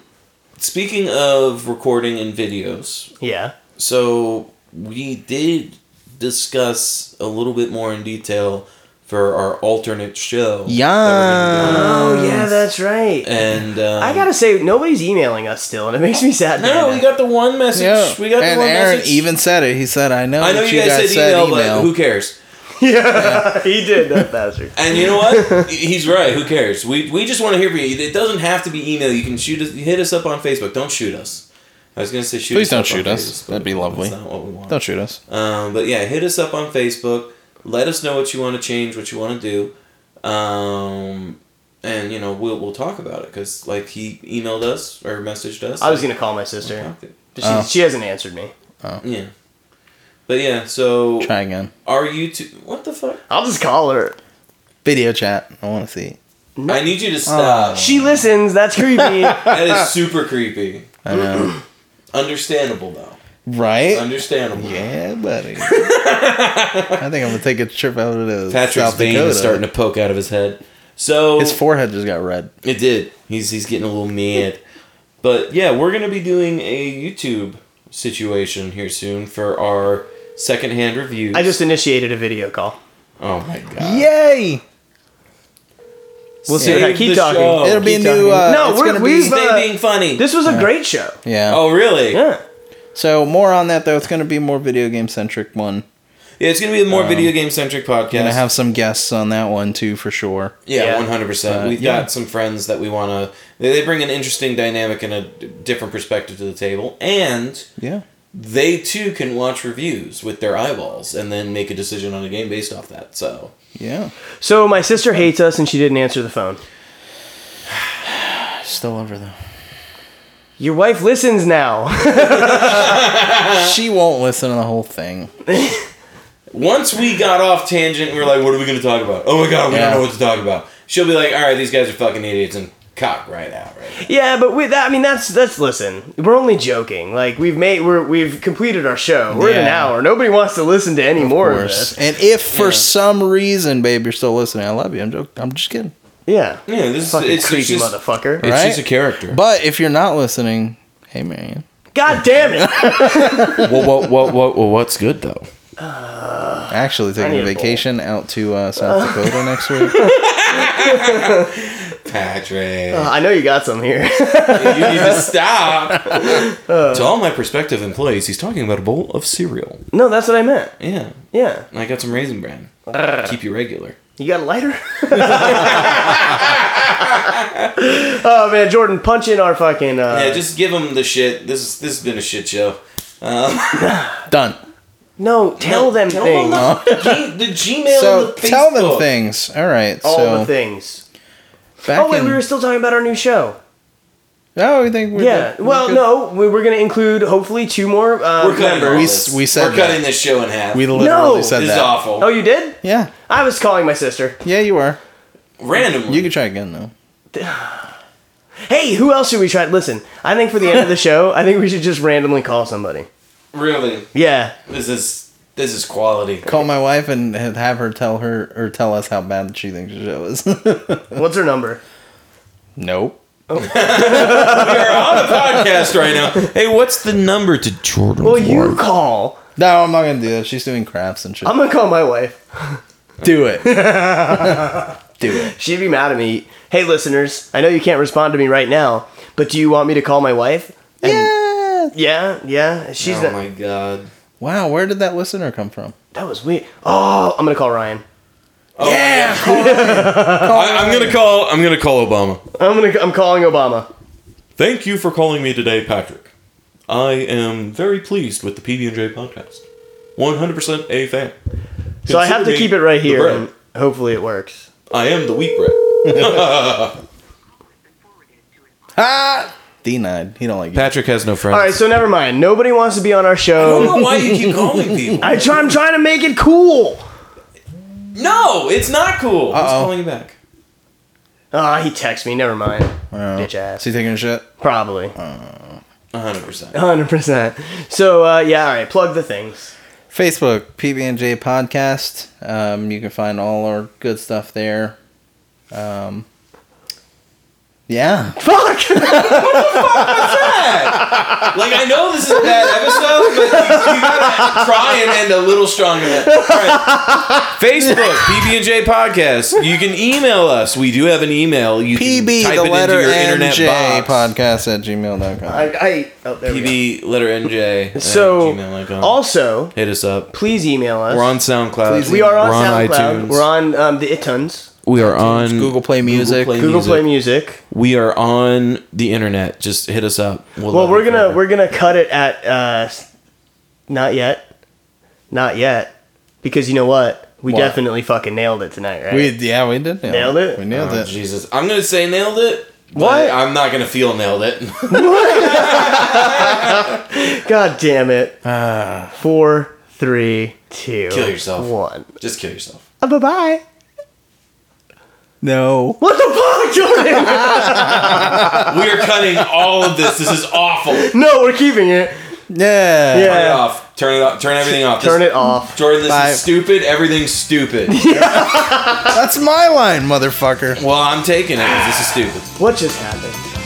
[SPEAKER 1] speaking of recording and videos,
[SPEAKER 5] Yeah.
[SPEAKER 1] so we did discuss a little bit more in detail for our alternate show. that we're gonna do.
[SPEAKER 5] Oh yeah, that's right.
[SPEAKER 1] And um,
[SPEAKER 5] I gotta say, nobody's emailing us still, and it makes me sad.
[SPEAKER 1] No, we got the one message.
[SPEAKER 4] Yeah.
[SPEAKER 1] We got
[SPEAKER 4] and
[SPEAKER 1] the one
[SPEAKER 4] Aaron
[SPEAKER 1] message.
[SPEAKER 4] even said it. He said, "I know,
[SPEAKER 1] I know
[SPEAKER 4] that
[SPEAKER 1] you guys said, email, but who cares?
[SPEAKER 5] yeah, he did that bastard.
[SPEAKER 1] And you know what? He's right. Who cares? We, we just want to hear from you. It doesn't have to be email. You can shoot us, hit us up on Facebook. Don't shoot us. I was gonna say shoot.
[SPEAKER 4] Please
[SPEAKER 1] us
[SPEAKER 4] don't
[SPEAKER 1] up on
[SPEAKER 4] shoot us.
[SPEAKER 1] Facebook,
[SPEAKER 4] That'd be
[SPEAKER 1] but
[SPEAKER 4] lovely.
[SPEAKER 1] That's not what we want.
[SPEAKER 4] Don't shoot us.
[SPEAKER 1] Um, but yeah, hit us up on Facebook. Let us know what you want to change, what you want to do, um, and you know we'll we'll talk about it because like he emailed us or messaged us.
[SPEAKER 5] I was gonna call my sister. She,
[SPEAKER 4] Oh.
[SPEAKER 5] she hasn't answered me.
[SPEAKER 1] yeah, but yeah. So
[SPEAKER 4] Try again.
[SPEAKER 1] are you two? What the fuck?
[SPEAKER 5] I'll just call her.
[SPEAKER 4] Video chat. I want to see. it.
[SPEAKER 1] I need you to stop.
[SPEAKER 4] Oh.
[SPEAKER 5] She listens. That's creepy.
[SPEAKER 1] That is super creepy.
[SPEAKER 4] I know.
[SPEAKER 1] Understandable though.
[SPEAKER 4] right?
[SPEAKER 1] Understandable.
[SPEAKER 4] Yeah, buddy. I think I'm gonna take a trip out of the
[SPEAKER 1] Patrick's
[SPEAKER 4] South
[SPEAKER 1] vein
[SPEAKER 4] Dakota.
[SPEAKER 1] is starting to poke out of his head. So
[SPEAKER 4] His forehead just got red.
[SPEAKER 1] It did. He's he's getting a little mad. But yeah, we're gonna be doing a YouTube situation here soon for our secondhand reviews.
[SPEAKER 5] I just initiated a video call.
[SPEAKER 1] oh my god.
[SPEAKER 4] Yay!
[SPEAKER 5] We'll see.
[SPEAKER 1] Save
[SPEAKER 5] Okay, keep
[SPEAKER 1] the
[SPEAKER 5] talking.
[SPEAKER 1] show.
[SPEAKER 4] It'll be a
[SPEAKER 5] keep
[SPEAKER 4] new.
[SPEAKER 5] talking.
[SPEAKER 4] Uh,
[SPEAKER 5] No,
[SPEAKER 4] it's
[SPEAKER 5] we're-
[SPEAKER 4] gonna
[SPEAKER 5] we've,
[SPEAKER 4] be.
[SPEAKER 5] uh,
[SPEAKER 1] Stay being funny.
[SPEAKER 5] This was a great show.
[SPEAKER 4] Yeah.
[SPEAKER 1] oh really? Yeah.
[SPEAKER 5] Yeah.
[SPEAKER 4] So more on that though. It's gonna be more video game centric one.
[SPEAKER 1] It's gonna be a more video game centric
[SPEAKER 4] Um, Gonna
[SPEAKER 1] podcast.
[SPEAKER 4] have some guests on that one too for sure.
[SPEAKER 1] yeah,
[SPEAKER 5] Yeah.
[SPEAKER 1] one hundred percent.
[SPEAKER 4] Uh,
[SPEAKER 1] We've
[SPEAKER 4] yeah.
[SPEAKER 1] got some friends that we wanna. They, they bring an interesting dynamic and a d- different perspective to the table, and
[SPEAKER 4] Yeah.
[SPEAKER 1] they too can watch reviews with their eyeballs and then make a decision on a game based off that. So
[SPEAKER 4] Yeah.
[SPEAKER 5] So my sister hates us, and she didn't answer the phone.
[SPEAKER 4] Still love her though.
[SPEAKER 5] Your wife listens now.
[SPEAKER 4] she won't listen to the whole thing.
[SPEAKER 1] Once we got off tangent, we were like, what are we going to talk about? Oh my God, we
[SPEAKER 4] Yeah.
[SPEAKER 1] don't know what to talk about. She'll be like, all right, these guys are fucking idiots and cock right out, right?
[SPEAKER 5] yeah, but we, that, I mean, that's that's. Listen, we're only joking. Like we've made, we're we've completed our show. We're at an
[SPEAKER 4] Yeah.
[SPEAKER 5] hour. Nobody wants to listen to any more of
[SPEAKER 4] course.
[SPEAKER 5] this.
[SPEAKER 4] And if for some reason, babe, you're still listening, I love you. I'm joking. I'm just kidding.
[SPEAKER 5] Yeah.
[SPEAKER 1] Yeah, this
[SPEAKER 5] Fucking
[SPEAKER 1] is it's,
[SPEAKER 5] creepy
[SPEAKER 1] it's just,
[SPEAKER 5] motherfucker.
[SPEAKER 1] It's
[SPEAKER 4] Right?
[SPEAKER 1] just a character.
[SPEAKER 4] But if you're not listening, hey Marion.
[SPEAKER 5] God damn it.
[SPEAKER 1] well, what, what, what, well, what's good though?
[SPEAKER 4] Actually
[SPEAKER 5] Uh,
[SPEAKER 4] taking
[SPEAKER 5] need
[SPEAKER 4] a
[SPEAKER 5] a bowl.
[SPEAKER 4] vacation out to uh, South Dakota next week.
[SPEAKER 1] Patrick,
[SPEAKER 5] I know you got some here.
[SPEAKER 1] you need to stop. to all my prospective employees, he's talking about a bowl of cereal.
[SPEAKER 5] no, that's what I meant.
[SPEAKER 1] Yeah,
[SPEAKER 5] Yeah.
[SPEAKER 1] and I got some raisin bran. Keep you regular.
[SPEAKER 5] You got a lighter? oh man, Jordan, punch in our fucking. Uh,
[SPEAKER 1] Yeah, just give him the shit. This is this has been a shit show.
[SPEAKER 4] Done.
[SPEAKER 5] no, tell
[SPEAKER 1] No,
[SPEAKER 5] them things.
[SPEAKER 1] Tell them the, the Gmail.
[SPEAKER 4] So
[SPEAKER 1] and the
[SPEAKER 4] tell them
[SPEAKER 1] Facebook.
[SPEAKER 4] things. All right.
[SPEAKER 5] All
[SPEAKER 4] so
[SPEAKER 5] the things.
[SPEAKER 4] back
[SPEAKER 5] Oh wait,
[SPEAKER 4] in-
[SPEAKER 5] we were still talking about our new show.
[SPEAKER 4] Oh, you think we're
[SPEAKER 5] Yeah.
[SPEAKER 4] good? We're
[SPEAKER 5] well,
[SPEAKER 4] good?
[SPEAKER 5] no, we were gonna include hopefully two more uh,
[SPEAKER 1] We're cutting all
[SPEAKER 5] members.
[SPEAKER 4] We-
[SPEAKER 1] this.
[SPEAKER 4] we said
[SPEAKER 1] we're cutting
[SPEAKER 4] that.
[SPEAKER 1] this show in half.
[SPEAKER 4] We
[SPEAKER 1] this
[SPEAKER 4] literally
[SPEAKER 5] No!
[SPEAKER 4] said
[SPEAKER 1] is
[SPEAKER 4] that.
[SPEAKER 1] awful.
[SPEAKER 5] Oh, you did?
[SPEAKER 4] Yeah.
[SPEAKER 5] I was calling my sister.
[SPEAKER 4] Yeah, you are.
[SPEAKER 1] Randomly,
[SPEAKER 4] You can try again though.
[SPEAKER 5] Hey, who else should we try? Listen, I think for the end of the show, I think we should just randomly call somebody.
[SPEAKER 1] really
[SPEAKER 5] Yeah.
[SPEAKER 1] this is this is quality.
[SPEAKER 4] Call my wife and have her tell her or tell us how bad she thinks the show is.
[SPEAKER 5] What's her number?
[SPEAKER 4] nope.
[SPEAKER 1] Podcast right now. Hey, what's the number to Jordan?
[SPEAKER 5] Well, you call.
[SPEAKER 4] No, I'm not gonna do that. She's doing crafts and shit.
[SPEAKER 5] I'm gonna call my wife.
[SPEAKER 4] do it. do it.
[SPEAKER 5] She'd be mad at me. Hey, listeners, I know you can't respond to me right now, but do you want me to call my wife? And
[SPEAKER 4] Yeah.
[SPEAKER 5] yeah, yeah. She's
[SPEAKER 1] Oh
[SPEAKER 5] not-
[SPEAKER 1] my god.
[SPEAKER 4] Wow, where did that listener come from?
[SPEAKER 5] that was weird. Oh, I'm gonna call Ryan.
[SPEAKER 1] Oh, yeah. I, I'm gonna call. I'm gonna call Obama.
[SPEAKER 5] I'm gonna. I'm calling Obama.
[SPEAKER 1] Thank you for calling me today, Patrick. I am very pleased with the PB and J podcast. 100% a fan.
[SPEAKER 5] So I have to
[SPEAKER 1] Consider me
[SPEAKER 5] keep it right
[SPEAKER 1] the
[SPEAKER 5] here,
[SPEAKER 1] bread.
[SPEAKER 5] and hopefully it works.
[SPEAKER 1] I am the wheat bread.
[SPEAKER 4] Ah, denied. He don't like you.
[SPEAKER 1] Patrick has no friends.
[SPEAKER 5] All right, so never mind. Nobody wants to be on our
[SPEAKER 1] I
[SPEAKER 5] show.
[SPEAKER 1] don't know why you keep calling people.
[SPEAKER 5] I try, I'm trying to make it cool.
[SPEAKER 1] No, it's not cool. Who's
[SPEAKER 4] Uh-oh.
[SPEAKER 1] calling you back?
[SPEAKER 5] Ah, he texts me. Never mind. Bitch ass.
[SPEAKER 4] Is he taking a shit?
[SPEAKER 5] Probably.
[SPEAKER 1] 100%.
[SPEAKER 5] 100%. So, uh, yeah, all right, plug the things.
[SPEAKER 4] Facebook, PB&J Podcast. Um, you can find all our good stuff there. Um, yeah.
[SPEAKER 1] Like I know this is a bad episode, but you, you gotta try and end a little stronger. Than that. All right. Facebook PB and J podcast. You can email us. We do have an email. You can
[SPEAKER 4] PB,
[SPEAKER 1] type
[SPEAKER 4] the
[SPEAKER 1] it into
[SPEAKER 4] letter
[SPEAKER 1] your internet
[SPEAKER 4] NJ,
[SPEAKER 1] box.
[SPEAKER 4] podcast at gmail.com.
[SPEAKER 5] I, I oh, there we go.
[SPEAKER 1] PB letter NJ. at
[SPEAKER 5] So,
[SPEAKER 1] gmail.com.
[SPEAKER 5] Also,
[SPEAKER 1] hit us up.
[SPEAKER 5] please email us.
[SPEAKER 1] We're on SoundCloud.
[SPEAKER 4] Please
[SPEAKER 5] We are on
[SPEAKER 1] We're on
[SPEAKER 5] SoundCloud.
[SPEAKER 1] iTunes.
[SPEAKER 5] We're on um, the iTunes,
[SPEAKER 1] we are on
[SPEAKER 4] Google Play Music.
[SPEAKER 5] Google Play Music.
[SPEAKER 1] We are on the internet. Just hit us up.
[SPEAKER 5] Well,
[SPEAKER 1] love
[SPEAKER 5] we're
[SPEAKER 1] you
[SPEAKER 5] gonna
[SPEAKER 1] forever.
[SPEAKER 5] we're gonna cut it at uh, s- not yet, not yet, because you know what? We
[SPEAKER 4] What?
[SPEAKER 5] definitely fucking nailed it tonight, right?
[SPEAKER 4] We, yeah, we did nail
[SPEAKER 5] Nailed it?
[SPEAKER 4] We nailed
[SPEAKER 1] Oh,
[SPEAKER 4] it.
[SPEAKER 1] Jesus, I'm gonna say nailed it. but
[SPEAKER 5] What?
[SPEAKER 1] I'm not gonna feel nailed it.
[SPEAKER 5] God damn it! Four, three, two,
[SPEAKER 1] Ah. Kill yourself.
[SPEAKER 5] one. Uh,
[SPEAKER 1] Just kill yourself.
[SPEAKER 5] bye bye.
[SPEAKER 4] No.
[SPEAKER 5] What the fuck, Jordan?
[SPEAKER 1] We are cutting all of this. This is awful. Turn
[SPEAKER 5] no, we're keeping it.
[SPEAKER 4] Yeah.
[SPEAKER 5] Yeah.
[SPEAKER 1] it off. Turn it off. Turn everything off.
[SPEAKER 5] Turn
[SPEAKER 1] This-
[SPEAKER 5] it off.
[SPEAKER 1] Jordan, this
[SPEAKER 4] Bye.
[SPEAKER 1] is stupid. Everything's stupid.
[SPEAKER 4] That's my line, motherfucker.
[SPEAKER 1] well, I'm taking it 'cause this is stupid.
[SPEAKER 5] What just happened?